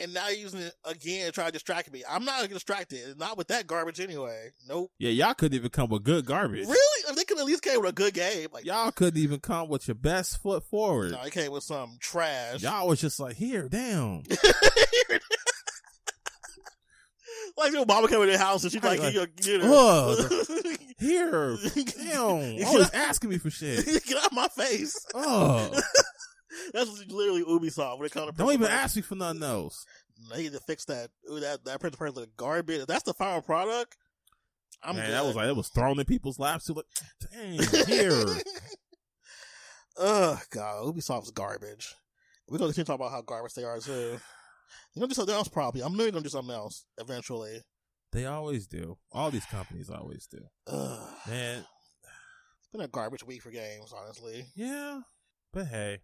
[SPEAKER 4] And now you're using it again to try to distract me. I'm not distracted. Not with that garbage anyway. Nope.
[SPEAKER 3] Yeah, y'all couldn't even come with good garbage.
[SPEAKER 4] Really? If they could at least came with a good game, like
[SPEAKER 3] Y'all couldn't even come with your best foot forward.
[SPEAKER 4] no, they came with some trash.
[SPEAKER 3] Y'all was just like, here, damn.
[SPEAKER 4] like your mama came in the house and she's like,
[SPEAKER 3] Like,
[SPEAKER 4] you you know.
[SPEAKER 3] ugh.
[SPEAKER 4] [LAUGHS]
[SPEAKER 3] Here, damn. [LAUGHS]
[SPEAKER 4] Yeah.
[SPEAKER 3] Always asking me for shit.
[SPEAKER 4] [LAUGHS] Get out my face.
[SPEAKER 3] Oh,
[SPEAKER 4] That's literally Ubisoft when it comes to [LAUGHS]
[SPEAKER 3] don't even
[SPEAKER 4] Prince
[SPEAKER 3] ask me for nothing else.
[SPEAKER 4] of Persia. They need to fix that. Ooh, that that Prince of Persia look garbage. If that's the final product. I'm
[SPEAKER 3] man,
[SPEAKER 4] good.
[SPEAKER 3] that was like, it was thrown in people's laps. Too, like,
[SPEAKER 4] [LAUGHS]
[SPEAKER 3] dang, here.
[SPEAKER 4] Ugh, God, Ubisoft's garbage. We're gonna continue to talk about how garbage they are too. You're gonna do something else probably. I'm really gonna do something else eventually.
[SPEAKER 3] They always do. All these companies always do.
[SPEAKER 4] Ugh.
[SPEAKER 3] Man,
[SPEAKER 4] It's been a garbage week for games, honestly.
[SPEAKER 3] yeah. But hey,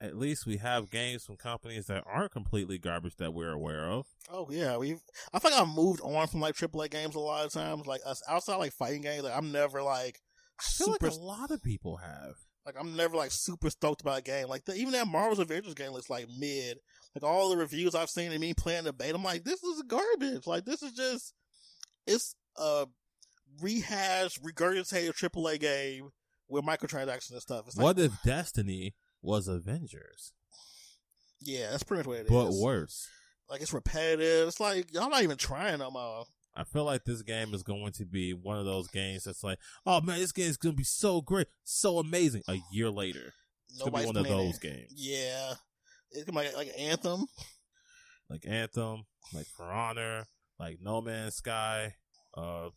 [SPEAKER 3] at least we have games from companies that aren't completely garbage that we're aware of.
[SPEAKER 4] Oh yeah, we've. I think I've moved on from like AAA games a lot of times. Like us outside like fighting games, like I'm never like
[SPEAKER 3] I feel
[SPEAKER 4] super
[SPEAKER 3] like a lot of people have.
[SPEAKER 4] Like I'm never like super stoked about a game. Like the, even that Marvel's Avengers game looks like mid. Like all the reviews I've seen and me playing the beta, I'm like, this is garbage. Like this is just it's a rehashed, regurgitated AAA game with microtransactions and stuff. It's like,
[SPEAKER 3] What if Destiny was Avengers,
[SPEAKER 4] Yeah, that's pretty much what it is.
[SPEAKER 3] but worse?
[SPEAKER 4] Like it's repetitive. It's like y'all not even trying no more.
[SPEAKER 3] I feel like this game is going to be one of those games that's like, oh man, this game is going to be so great, so amazing. A year later, it's going to be
[SPEAKER 4] Nobody's
[SPEAKER 3] one of
[SPEAKER 4] playing
[SPEAKER 3] those
[SPEAKER 4] it.
[SPEAKER 3] games,
[SPEAKER 4] Yeah, it's gonna be like like Anthem.
[SPEAKER 3] like Anthem, like For Honor, like No Man's Sky. Uh,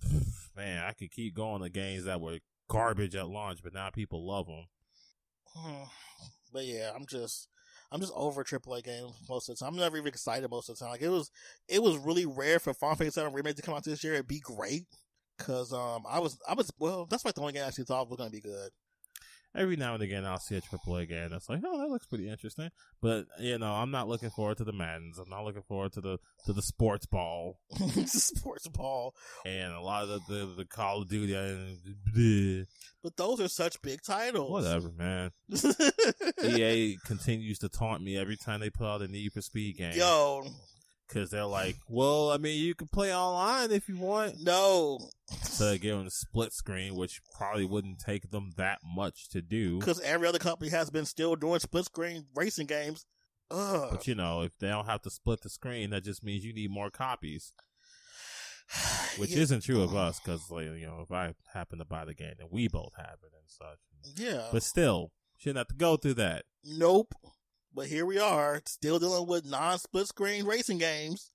[SPEAKER 3] man, I could keep going to games that were garbage at launch, but now people love them.
[SPEAKER 4] Hmm. But yeah, I'm just I'm just over AAA games most of the time. I'm never even excited most of the time. Like it was it was really rare for Final Fantasy VII remake to come out this year and be great. Cause um I was I was well that's like the only game I actually thought was gonna be good. [LAUGHS]
[SPEAKER 3] Every now and again, I'll see a AAA game that's like, oh, that looks pretty interesting, but you know, I'm not looking forward to the Maddens. I'm not looking forward to the to the sports ball.
[SPEAKER 4] Sports ball,
[SPEAKER 3] and a lot of the, the, the Call of Duty and [LAUGHS] bleh.
[SPEAKER 4] but those are such big titles.
[SPEAKER 3] whatever, man.
[SPEAKER 4] [LAUGHS]
[SPEAKER 3] EA continues to taunt me every time they put out a Need for Speed game
[SPEAKER 4] Yo,
[SPEAKER 3] because they're like, "Well, I mean, you can play online if you want."
[SPEAKER 4] no,
[SPEAKER 3] So they give them a split screen, which probably wouldn't take them that much to do.
[SPEAKER 4] because every other company has been still doing split screen racing games. Ugh.
[SPEAKER 3] But you know, if they don't have to split the screen, that just means you need more copies, which
[SPEAKER 4] Yeah. Uh-huh.
[SPEAKER 3] isn't true of us because, like, you know, if I happen to buy the game, then we both have it and such.
[SPEAKER 4] yeah.
[SPEAKER 3] But still, shouldn't have to go through that.
[SPEAKER 4] Nope. But here we are, still dealing with non split screen racing games.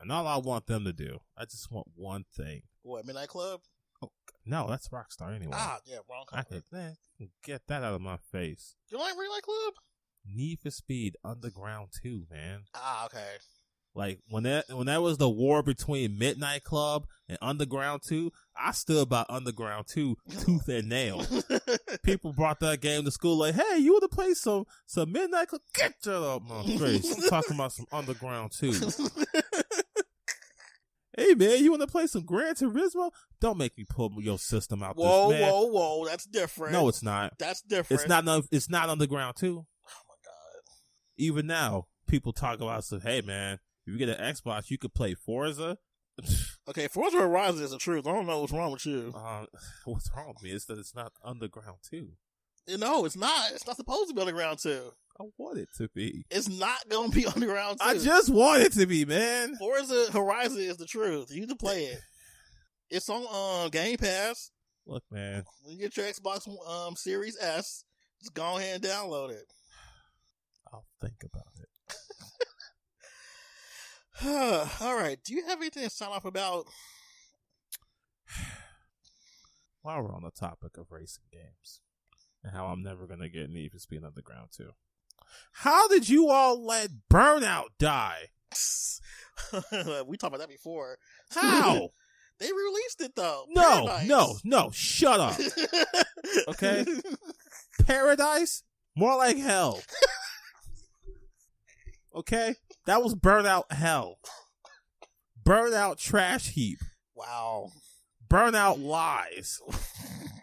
[SPEAKER 3] And all I want them to do, I just want one thing.
[SPEAKER 4] What, Midnight Club?
[SPEAKER 3] No, that's Rockstar anyway.
[SPEAKER 4] Ah, yeah, wrong
[SPEAKER 3] I
[SPEAKER 4] company.
[SPEAKER 3] could eh, get that out of my face.
[SPEAKER 4] You like Midnight Club?
[SPEAKER 3] Need for Speed Underground 2, man.
[SPEAKER 4] Ah, okay.
[SPEAKER 3] Like when that when that was the war between Midnight Club and Underground 2, I stood by Underground 2 tooth and nail. People brought that game to school like, "Hey, you want to play some some Midnight Club? Get that up
[SPEAKER 4] [LAUGHS]
[SPEAKER 3] my face." I'm talking about some Underground 2. Hey man, you want to play some Gran Turismo? Don't make me pull your system out
[SPEAKER 4] whoa,
[SPEAKER 3] this man.
[SPEAKER 4] whoa, whoa. That's different.
[SPEAKER 3] No, it's not.
[SPEAKER 4] That's different.
[SPEAKER 3] It's not. on- It's not underground too.
[SPEAKER 4] Oh my God.
[SPEAKER 3] Even now, people talk about stuff. Hey man, if you get an Xbox, you could play Forza.
[SPEAKER 4] [LAUGHS] Okay, Forza Horizon is the truth. I don't know what's wrong with you.
[SPEAKER 3] Um, [LAUGHS] what's wrong with me is that it's not underground too.
[SPEAKER 4] No, it's not. It's not supposed to be underground too.
[SPEAKER 3] I want it to be.
[SPEAKER 4] It's not going to be [LAUGHS] underground too.
[SPEAKER 3] I just want it to be, man.
[SPEAKER 4] Forza Horizon is the truth. You need to play it. It's on uh, Game Pass.
[SPEAKER 3] Look, man,
[SPEAKER 4] when you get your Xbox um, Series S, just go ahead and download it. [SIGHS]
[SPEAKER 3] I'll think about it.
[SPEAKER 4] All right. Do you have anything to sign off about? [LAUGHS]
[SPEAKER 3] While we're on the topic of racing games and how I'm never going to get Need for Speed Underground 2. How did you all let Burnout die?
[SPEAKER 4] we talked about that before. [LAUGHS]
[SPEAKER 3] How?
[SPEAKER 4] they released it though.
[SPEAKER 3] no,
[SPEAKER 4] Paradise.
[SPEAKER 3] no, no. Shut
[SPEAKER 4] [LAUGHS]
[SPEAKER 3] up. Okay. Paradise? More like hell. Okay? That was Burnout hell. Burnout trash heap.
[SPEAKER 4] wow.
[SPEAKER 3] Burnout lies. [LAUGHS]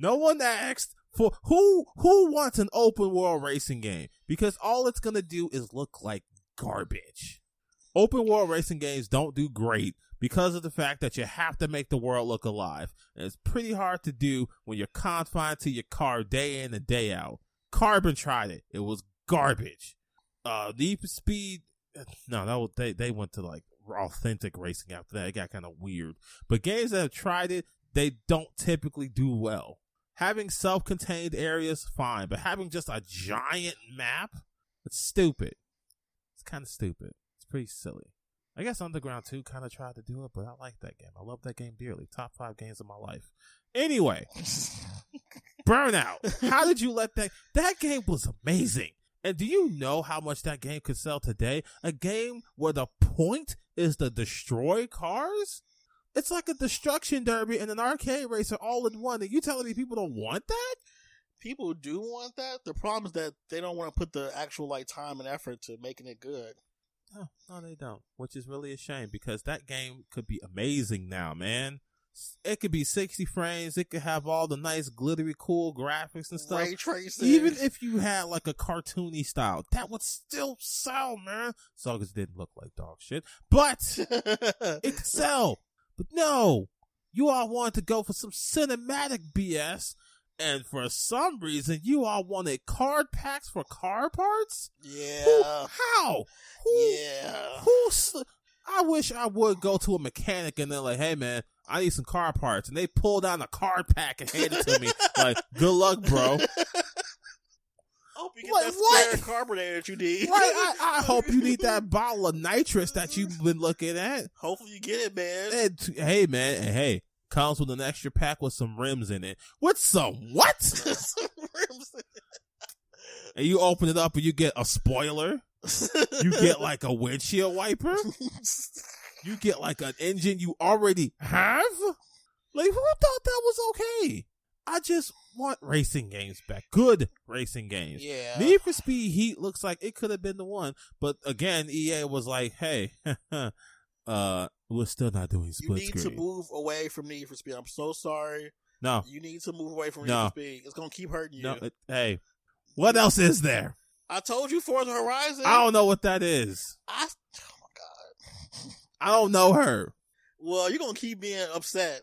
[SPEAKER 3] No one asked for who who wants an open world racing game because all it's gonna do is look like garbage. Open world racing games don't do great because of the fact that you have to make the world look alive. And it's pretty hard to do when you're confined to your car day in and day out. Carbon tried it. It was garbage. Uh Need for Speed no, that was, they they went to like authentic racing after that. It got kind of weird. But games that have tried it, they don't typically do well. Having self contained areas, fine, but having just a giant map, it's stupid. It's kind of stupid. It's pretty silly. I guess Underground 2 kind of tried to do it, but I like that game. I love that game dearly. Top five games of my life. Anyway, Burnout. [LAUGHS] How did you let that? That game was amazing. And do you know how much that game could sell today? A game where the point is to destroy cars? It's like a destruction derby and an arcade racer all in one. Are you telling me people don't want that?
[SPEAKER 4] People do want that. The problem is that they don't want to put the actual like time and effort to making it good.
[SPEAKER 3] No, no, they don't. Which is really a shame because that game could be amazing now, man. It could be 60 frames. It could have all the nice, glittery, cool graphics and stuff.
[SPEAKER 4] Ray tracing.
[SPEAKER 3] Even if you had like a cartoony style, that would still sell, man. Suckers didn't look like dog shit, but it could sell. But no, you all wanted to go for some cinematic BS, and for some reason, you all wanted card packs for car parts. Who-
[SPEAKER 4] [LAUGHS] yeah.
[SPEAKER 3] how? Who?
[SPEAKER 4] Yeah.
[SPEAKER 3] Who? Sl- I wish I would go to a mechanic and they're like, "Hey, man, I need some car parts," and they pull down a card pack and hand it to
[SPEAKER 4] [LAUGHS]
[SPEAKER 3] me. like, good luck, bro.
[SPEAKER 4] hope you get
[SPEAKER 3] Like,
[SPEAKER 4] that
[SPEAKER 3] what?
[SPEAKER 4] square carbonator that you [LAUGHS] need.
[SPEAKER 3] Right, I, I hope you need that bottle of nitrous that you've been looking at.
[SPEAKER 4] Hopefully you get it, man. [LAUGHS]
[SPEAKER 3] And, t- hey, man, and hey, comes with an extra pack with some rims in it. With some what? And you open it up and you get a spoiler. You get like a windshield wiper. You get like an engine you already have. Like, who thought that was okay? I just want racing games back. Good racing games.
[SPEAKER 4] [LAUGHS] yeah.
[SPEAKER 3] Need for Speed Heat looks like it could have been the one, but again, EA was like, "Hey, [LAUGHS] uh, we're still not doing
[SPEAKER 4] You
[SPEAKER 3] split
[SPEAKER 4] need to
[SPEAKER 3] screen."
[SPEAKER 4] move away from Need for Speed. I'm so sorry.
[SPEAKER 3] no,
[SPEAKER 4] You need to move away from Need
[SPEAKER 3] No.
[SPEAKER 4] for Speed. It's gonna keep hurting you.
[SPEAKER 3] no. it- hey, what else is there?
[SPEAKER 4] I told you Forza Horizon.
[SPEAKER 3] I don't know what that is.
[SPEAKER 4] I- oh my god.
[SPEAKER 3] I don't know her.
[SPEAKER 4] Well, you're gonna keep being upset.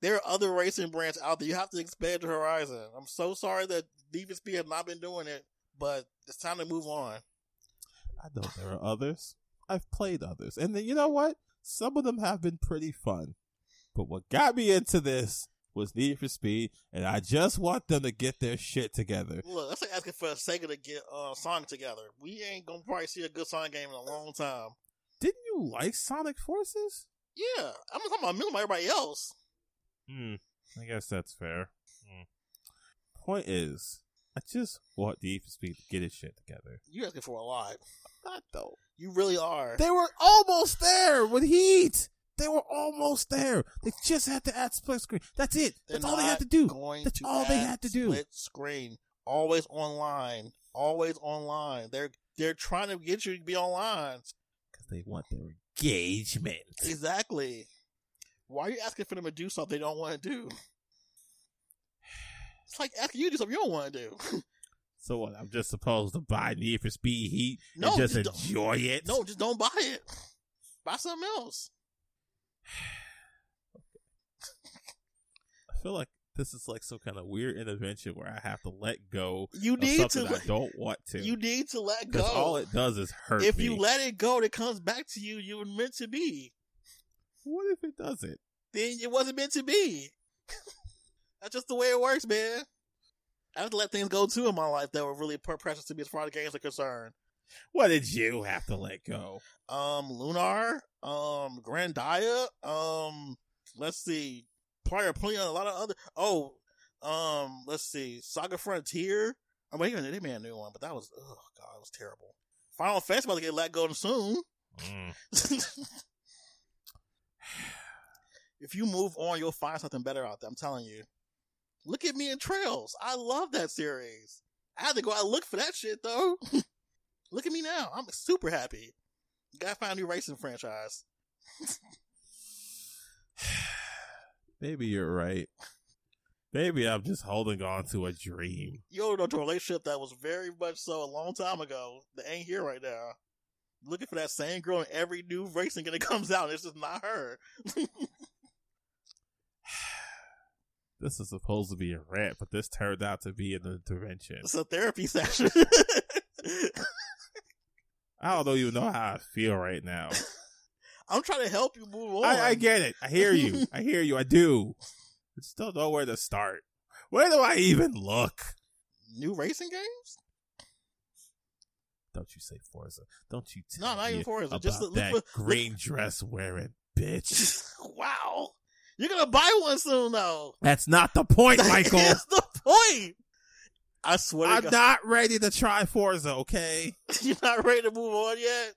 [SPEAKER 4] There are other racing brands out there. You have to expand your horizon. I'm so sorry that Need for Speed have not been doing it, but it's time to move on.
[SPEAKER 3] I know there are others. I've played others, and then you know what? Some of them have been pretty fun. But what got me into this was Need for Speed, and I just want them to get their shit together.
[SPEAKER 4] Look, that's like asking for Sega to get uh, Sonic together. We ain't gonna probably see a good Sonic game in a long time.
[SPEAKER 3] Didn't you like Sonic Forces?
[SPEAKER 4] Yeah, I'm not talking about me, about everybody else.
[SPEAKER 3] Hmm. I guess that's fair. Hmm. Point is, I just want the for Speed to get his shit together.
[SPEAKER 4] You asking for a lot.
[SPEAKER 3] Not though.
[SPEAKER 4] You really are.
[SPEAKER 3] They were almost there with Heat. They were almost there. They just had to add split screen. That's it.
[SPEAKER 4] They're
[SPEAKER 3] that's all they
[SPEAKER 4] not
[SPEAKER 3] had to do.
[SPEAKER 4] Going
[SPEAKER 3] That's
[SPEAKER 4] to
[SPEAKER 3] all they
[SPEAKER 4] add
[SPEAKER 3] had to do.
[SPEAKER 4] Split screen, always online, always online. They're they're trying to get you to be online.
[SPEAKER 3] Because they want their engagement.
[SPEAKER 4] Exactly. Why are you asking for them to do something they don't want to do? It's like asking you to do something you don't want to do.
[SPEAKER 3] So what? I'm just supposed to buy Need for Speed Heat
[SPEAKER 4] No,
[SPEAKER 3] and just
[SPEAKER 4] just don't-
[SPEAKER 3] enjoy it?
[SPEAKER 4] no, just don't buy it. Buy something else.
[SPEAKER 3] I feel like this is like some kind of weird intervention where I have to let go
[SPEAKER 4] You
[SPEAKER 3] of
[SPEAKER 4] need to.
[SPEAKER 3] something I don't want to.
[SPEAKER 4] You need to let go.
[SPEAKER 3] Because all it does is hurt.
[SPEAKER 4] if
[SPEAKER 3] me.
[SPEAKER 4] you let it go, it comes back to you. You were meant to be.
[SPEAKER 3] what if it doesn't?
[SPEAKER 4] [LAUGHS] Then it wasn't meant to be. That's just the way it works, man. I have to let things go too in my life that were really per- precious to me as far as games are concerned.
[SPEAKER 3] What did you have to let go?
[SPEAKER 4] Um, Lunar, um, Grandia, um, let's see, Prior Plea, and a lot of other. Oh, um, let's see, Saga Frontier. I mean, they made a new one, but that was oh god, it was terrible. Final Fantasy about to get let go soon. Mm. if [SIGHS] you move on, you'll find something better out there. I'm telling you. Look at me in Trails. I love that series. I had to go out and look for that shit though. [LAUGHS] look at me now. I'm super happy. Gotta find a new racing franchise.
[SPEAKER 3] Maybe you're right. Maybe I'm just holding on to a dream.
[SPEAKER 4] Yo, to a relationship that was very much so a long time ago that ain't here right now. Looking for that same girl in every new racing game that [LAUGHS] comes out. It's just not her.
[SPEAKER 3] This is supposed to be a rant, but this turned out to be an intervention.
[SPEAKER 4] It's a therapy [LAUGHS] session.
[SPEAKER 3] I don't even know how I feel right
[SPEAKER 4] [LAUGHS]
[SPEAKER 3] now.
[SPEAKER 4] I'm trying to help you move on.
[SPEAKER 3] I, I get it. I hear you. I hear you. I do. I just don't know where to start. Where do I even look?
[SPEAKER 4] new racing games?
[SPEAKER 3] Don't you say Forza. Don't you
[SPEAKER 4] No,
[SPEAKER 3] tell
[SPEAKER 4] not even
[SPEAKER 3] me
[SPEAKER 4] Forza.
[SPEAKER 3] about
[SPEAKER 4] Just look- look
[SPEAKER 3] that
[SPEAKER 4] for- [LAUGHS] look-
[SPEAKER 3] green dress wearing bitch.
[SPEAKER 4] [LAUGHS] wow. You're gonna buy one soon though. [LAUGHS]
[SPEAKER 3] That's not the point, Michael.
[SPEAKER 4] That's the point. I swear to
[SPEAKER 3] I'm
[SPEAKER 4] God.
[SPEAKER 3] not ready to try Forza, okay?
[SPEAKER 4] [LAUGHS] You're not ready to move on yet.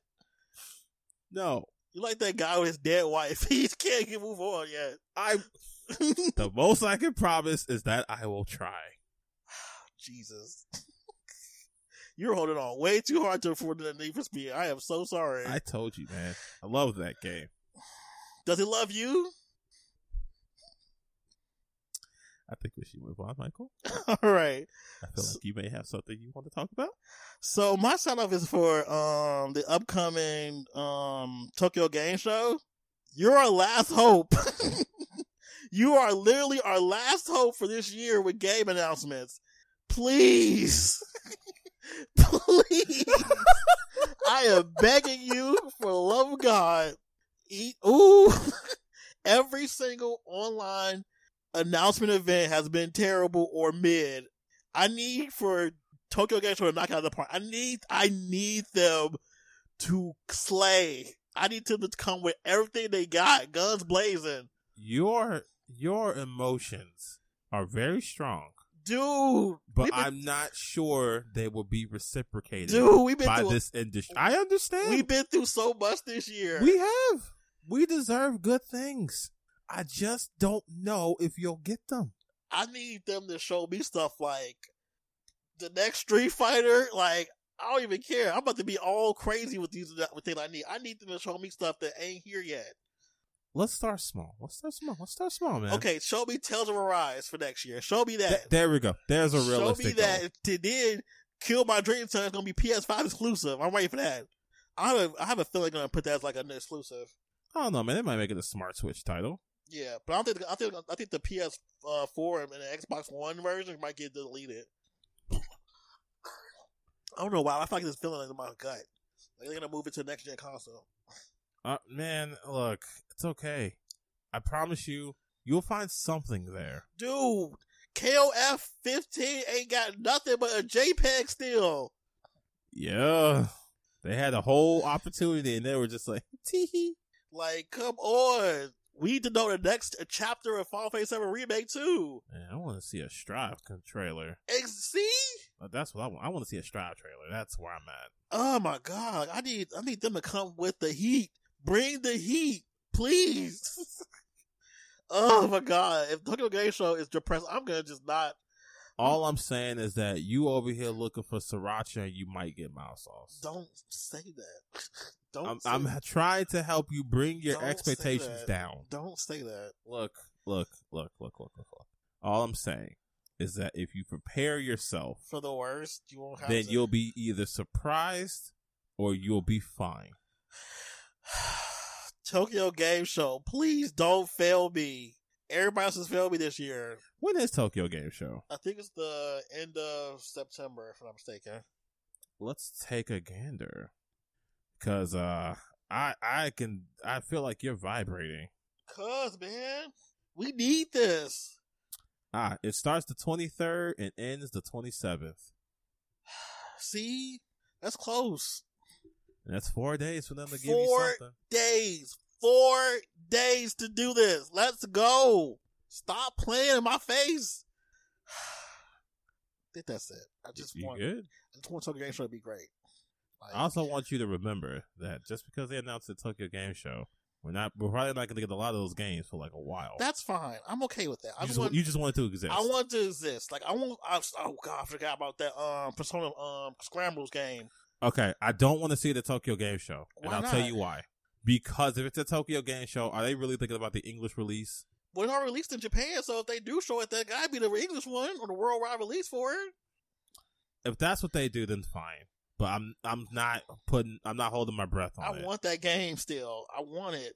[SPEAKER 3] No.
[SPEAKER 4] You like that guy with his dead wife. [LAUGHS] He can't get move on yet. [LAUGHS]
[SPEAKER 3] I The most I can promise is that I will try.
[SPEAKER 4] Jesus. You're holding on way too hard to afford the need for speed. I am so sorry.
[SPEAKER 3] I told you, man. I love that game.
[SPEAKER 4] Does he love
[SPEAKER 3] [LAUGHS]
[SPEAKER 4] you?
[SPEAKER 3] I think we should move on, Michael.
[SPEAKER 4] All right.
[SPEAKER 3] I feel like you may have something you want to talk about.
[SPEAKER 4] So my sign off is for um the upcoming um Tokyo Game Show. You're our last hope. [LAUGHS] you are literally our last hope for this year with game announcements. Please. [LAUGHS] Please. I am begging you for the love of God. Eat ooh. [LAUGHS] Every single online announcement event has been terrible or mid. I need for Tokyo Game Show to knock it out of the park. I need I need them to slay. I need them to come with everything they got, guns blazing.
[SPEAKER 3] Your your emotions are very strong,
[SPEAKER 4] Dude,
[SPEAKER 3] but
[SPEAKER 4] we've been,
[SPEAKER 3] I'm not sure they will be reciprocated
[SPEAKER 4] dude, we've been
[SPEAKER 3] by
[SPEAKER 4] through
[SPEAKER 3] this industry. I understand.
[SPEAKER 4] we've been through so much this year.
[SPEAKER 3] We have. We deserve good things. I just don't know if you'll get them.
[SPEAKER 4] I need them to show me stuff like the next Street Fighter. Like I don't even care. I'm about to be all crazy with these with things I need. I need them to show me stuff that ain't here yet.
[SPEAKER 3] Let's start small. Let's start small. Let's start small, man.
[SPEAKER 4] Okay, show me Tales of Arise for next year. Show me that.
[SPEAKER 3] Th- there we go. There's a
[SPEAKER 4] Show
[SPEAKER 3] realistic.
[SPEAKER 4] me that if they did kill my dream son. It's gonna be PS5 exclusive. I'm ready for that. I have a, I have a feeling they're gonna put that as like an exclusive.
[SPEAKER 3] goal. I don't know, man. They might make it a smart Switch title.
[SPEAKER 4] Yeah, but I don't think I think I think the PS4 and the Xbox One version might get deleted. I don't know why. I feel like this feeling in my gut. Like they're gonna move it to the next gen console.
[SPEAKER 3] Uh, man, look, it's okay. I promise you, you'll find something there.
[SPEAKER 4] Dude, KOF 15 ain't got nothing but a JPEG still.
[SPEAKER 3] Yeah. They had a whole opportunity and they were just like, [LAUGHS] tee hee.
[SPEAKER 4] Like, come on. We need to know the next chapter of Final Fantasy 7 Remake too.
[SPEAKER 3] Man, I want to see a Strive con- trailer.
[SPEAKER 4] Ex- See?
[SPEAKER 3] Uh, That's what I want. I want to see a Strive trailer. That's where I'm at.
[SPEAKER 4] Oh my god, I need I need them to come with the heat. Bring the heat, please. [LAUGHS] oh my god, if Tokyo Game Show is depressed, I'm gonna just not.
[SPEAKER 3] All I'm saying is that you over here looking for sriracha and you might get mild sauce.
[SPEAKER 4] Don't say that. [LAUGHS] don't.
[SPEAKER 3] I'm,
[SPEAKER 4] say
[SPEAKER 3] I'm
[SPEAKER 4] that.
[SPEAKER 3] trying to help you bring your
[SPEAKER 4] Don't say
[SPEAKER 3] expectations
[SPEAKER 4] that.
[SPEAKER 3] down.
[SPEAKER 4] Don't say that.
[SPEAKER 3] Look, look, look, look, look, look, look. All I'm saying is that if you prepare yourself,
[SPEAKER 4] For the worst, you won't have.
[SPEAKER 3] then
[SPEAKER 4] to.
[SPEAKER 3] you'll be either surprised or you'll be fine.
[SPEAKER 4] [SIGHS] Tokyo Game Show. Please don't fail me. Everybody else has failed me this year.
[SPEAKER 3] When is Tokyo Game Show?
[SPEAKER 4] I think it's the end of September, if I'm not mistaken.
[SPEAKER 3] Let's take a gander, because uh, I I can I feel like you're vibrating.
[SPEAKER 4] Cuz man, we need this.
[SPEAKER 3] Ah, it starts the 23rd and ends the 27th.
[SPEAKER 4] See, that's close.
[SPEAKER 3] And that's four days for them to give you
[SPEAKER 4] Four-
[SPEAKER 3] something.
[SPEAKER 4] Days, four days to do this. Let's go. Stop playing in my face. [SIGHS] I think that's it. I just
[SPEAKER 3] you
[SPEAKER 4] want,
[SPEAKER 3] good?
[SPEAKER 4] I just want Tokyo Game Show to be great. Like,
[SPEAKER 3] I also want you to remember that just because they announced the Tokyo Game Show, we're not we're probably not going to get a lot of those games for like a while.
[SPEAKER 4] that's fine. I'm okay with that. I
[SPEAKER 3] you, just,
[SPEAKER 4] want,
[SPEAKER 3] you just want it to exist.
[SPEAKER 4] I want to exist. Like I want. I, oh God, I forgot about that. Um, Persona um Scrambles game.
[SPEAKER 3] okay, I don't want to see the Tokyo Game Show, and
[SPEAKER 4] Why
[SPEAKER 3] I'll tell
[SPEAKER 4] not?
[SPEAKER 3] you why. Because if it's a Tokyo Game Show, are they really thinking about the English release?
[SPEAKER 4] Well, it's not released in Japan, so if they do show it, that guy be the English one or the worldwide release for it.
[SPEAKER 3] If that's what they do, then fine. But I'm I'm not putting I'm not holding my breath on
[SPEAKER 4] I
[SPEAKER 3] it.
[SPEAKER 4] want that game still. I want it.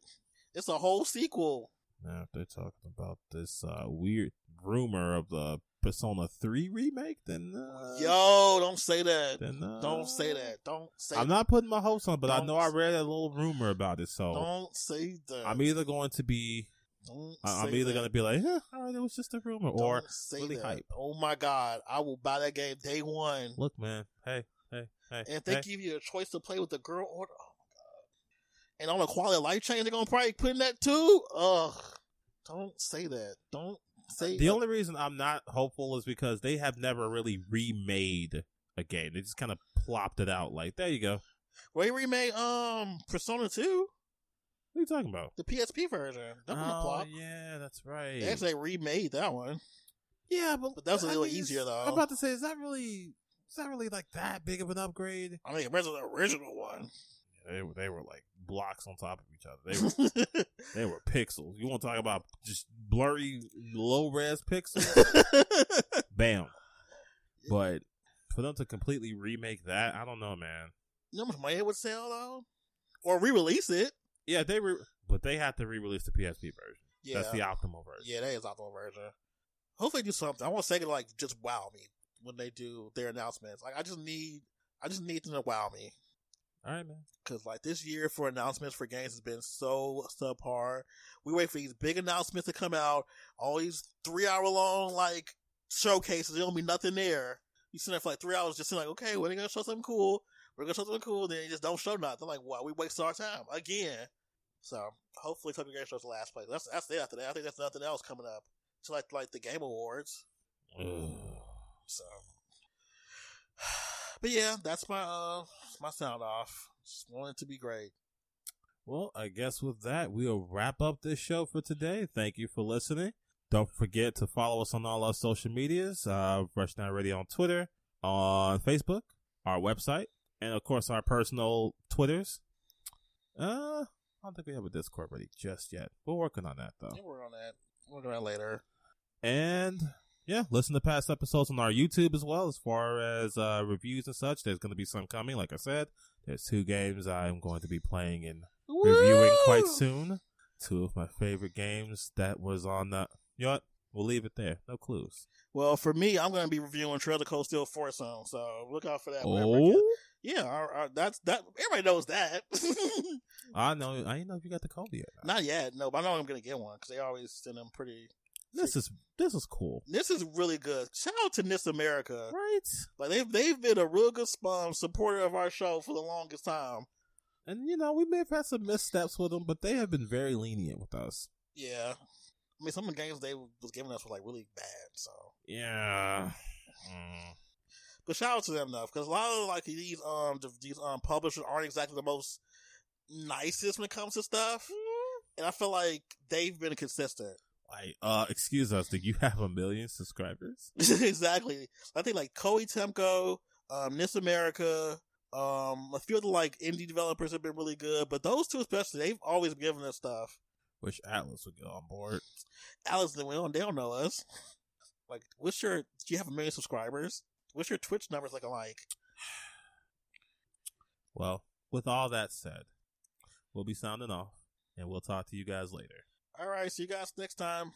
[SPEAKER 4] It's a whole sequel.
[SPEAKER 3] Now, if they're talking about this uh, weird rumor of the Persona Three remake, then uh,
[SPEAKER 4] Yo, don't say that.
[SPEAKER 3] then uh,
[SPEAKER 4] Don't say that. Don't say.
[SPEAKER 3] I'm not putting my hopes on, but I
[SPEAKER 4] Don't
[SPEAKER 3] know I read a little rumor about it, so
[SPEAKER 4] Don't say that.
[SPEAKER 3] I'm either going to be
[SPEAKER 4] don't
[SPEAKER 3] I- I'm
[SPEAKER 4] say
[SPEAKER 3] either
[SPEAKER 4] that.
[SPEAKER 3] going to be like, yeah, all right, it was just a rumor, or
[SPEAKER 4] Don't say
[SPEAKER 3] really
[SPEAKER 4] that.
[SPEAKER 3] hype.
[SPEAKER 4] Oh my god, I will buy that game day one.
[SPEAKER 3] look, man, hey, hey, hey,
[SPEAKER 4] And if they
[SPEAKER 3] hey.
[SPEAKER 4] give you a choice to play with the girl or the, oh my god. And on the quality of life change, they're gonna probably put in that too. Ugh. Don't say that. Don't say
[SPEAKER 3] The only reason I'm not hopeful is because they have never really remade a game. They just kind of plopped it out like, there you go. What
[SPEAKER 4] Well, they remade um Persona Two,
[SPEAKER 3] are you talking about?
[SPEAKER 4] the PSP version. That was a
[SPEAKER 3] Oh,
[SPEAKER 4] plop.
[SPEAKER 3] yeah, that's right.
[SPEAKER 4] They actually remade that one.
[SPEAKER 3] yeah, but,
[SPEAKER 4] But that was a
[SPEAKER 3] I
[SPEAKER 4] little
[SPEAKER 3] mean, it's-
[SPEAKER 4] easier, though.
[SPEAKER 3] I'm about to say, is that really, is that really like that big of an upgrade?
[SPEAKER 4] I mean, where's the original one?
[SPEAKER 3] They were, they were like blocks on top of each other.
[SPEAKER 4] [LAUGHS]
[SPEAKER 3] They were They were pixels. You want to talk about just blurry, low res pixels? Bam. But for them to completely remake that, I don't know, man.
[SPEAKER 4] you know how much money it would sell though, or re-release it?
[SPEAKER 3] Yeah, they re- but they have to re-release the PSP version.
[SPEAKER 4] Yeah,
[SPEAKER 3] That's the optimal version.
[SPEAKER 4] yeah, that is optimal version. Hopefully, they do something. I want Sega to like just wow me when they do their announcements. Like, I just need, I just need them to wow me
[SPEAKER 3] All right, man.
[SPEAKER 4] because like this year for announcements for games has been so subpar. We wait for these big announcements to come out, all these three-hour-long like showcases. There don't be nothing there. You sit there for like three hours, just sitting like, okay, we're gonna show something cool. We're gonna show something cool. Then you just don't show nothing. Like, wow, we wasted our time again. So hopefully, Tokyo Game Show's the last place. That's that's it after that. I think that's nothing else coming up. It's like like the Game Awards. So, but yeah, that's my uh my sound off. Just wanted to be great.
[SPEAKER 3] Well, I guess with that, we'll wrap up this show for today. Thank you for listening. Don't forget to follow us on all our social medias, uh, Rush Now Radio on Twitter, on Facebook, our website, and of course our personal Twitters. Uh, I don't think we have a Discord ready just yet. We're working on that though.
[SPEAKER 4] We'll work on that. We'll work on that later.
[SPEAKER 3] And yeah, listen to past episodes on our YouTube as well as far as uh, reviews and such. There's going to be some coming. Like I said, there's two games I'm going to be playing in reviewing quite
[SPEAKER 4] Woo!
[SPEAKER 3] soon. Two of my favorite games that was on the. You know what? We'll leave it there. No clues.
[SPEAKER 4] Well, for me, I'm going to be reviewing Trail Cold Steel Force Zone, so look out for that. whenever I get-
[SPEAKER 3] Oh,
[SPEAKER 4] yeah, I, I, that's that. Everybody knows that. [LAUGHS]
[SPEAKER 3] I know. I didn't know if you got the code yet.
[SPEAKER 4] Not yet, no, but I know I'm going to get one because they always send them pretty.
[SPEAKER 3] This is this is cool,
[SPEAKER 4] This is really good. Shout out to This America.
[SPEAKER 3] right?
[SPEAKER 4] Like they've they've been a real good spon supporter of our show for the longest time.
[SPEAKER 3] And you know, we may have had some missteps with them, but they have been very lenient with us.
[SPEAKER 4] Yeah, I mean some of the games they was giving us were like really bad. So,
[SPEAKER 3] Yeah. Mm.
[SPEAKER 4] but shout out to them though because a lot of like these um th- these um publishers aren't exactly the most nicest when it comes to stuff, and I feel like they've been consistent. [LAUGHS]
[SPEAKER 3] Like, uh, excuse us, do you have a million subscribers?
[SPEAKER 4] exactly. I think like Koei Temco, um, Nis America, um, a few of the like indie developers have been really good, but those two especially, they've always given us stuff.
[SPEAKER 3] Wish Atlas would get on board.
[SPEAKER 4] Alice, they don't, they don't know us. [LAUGHS] Like, what's your? Do you have a million subscribers? What's your Twitch numbers looking like?
[SPEAKER 3] Well, with all that said, we'll be sounding off, and we'll talk to you guys later.
[SPEAKER 4] All right, see you guys next time.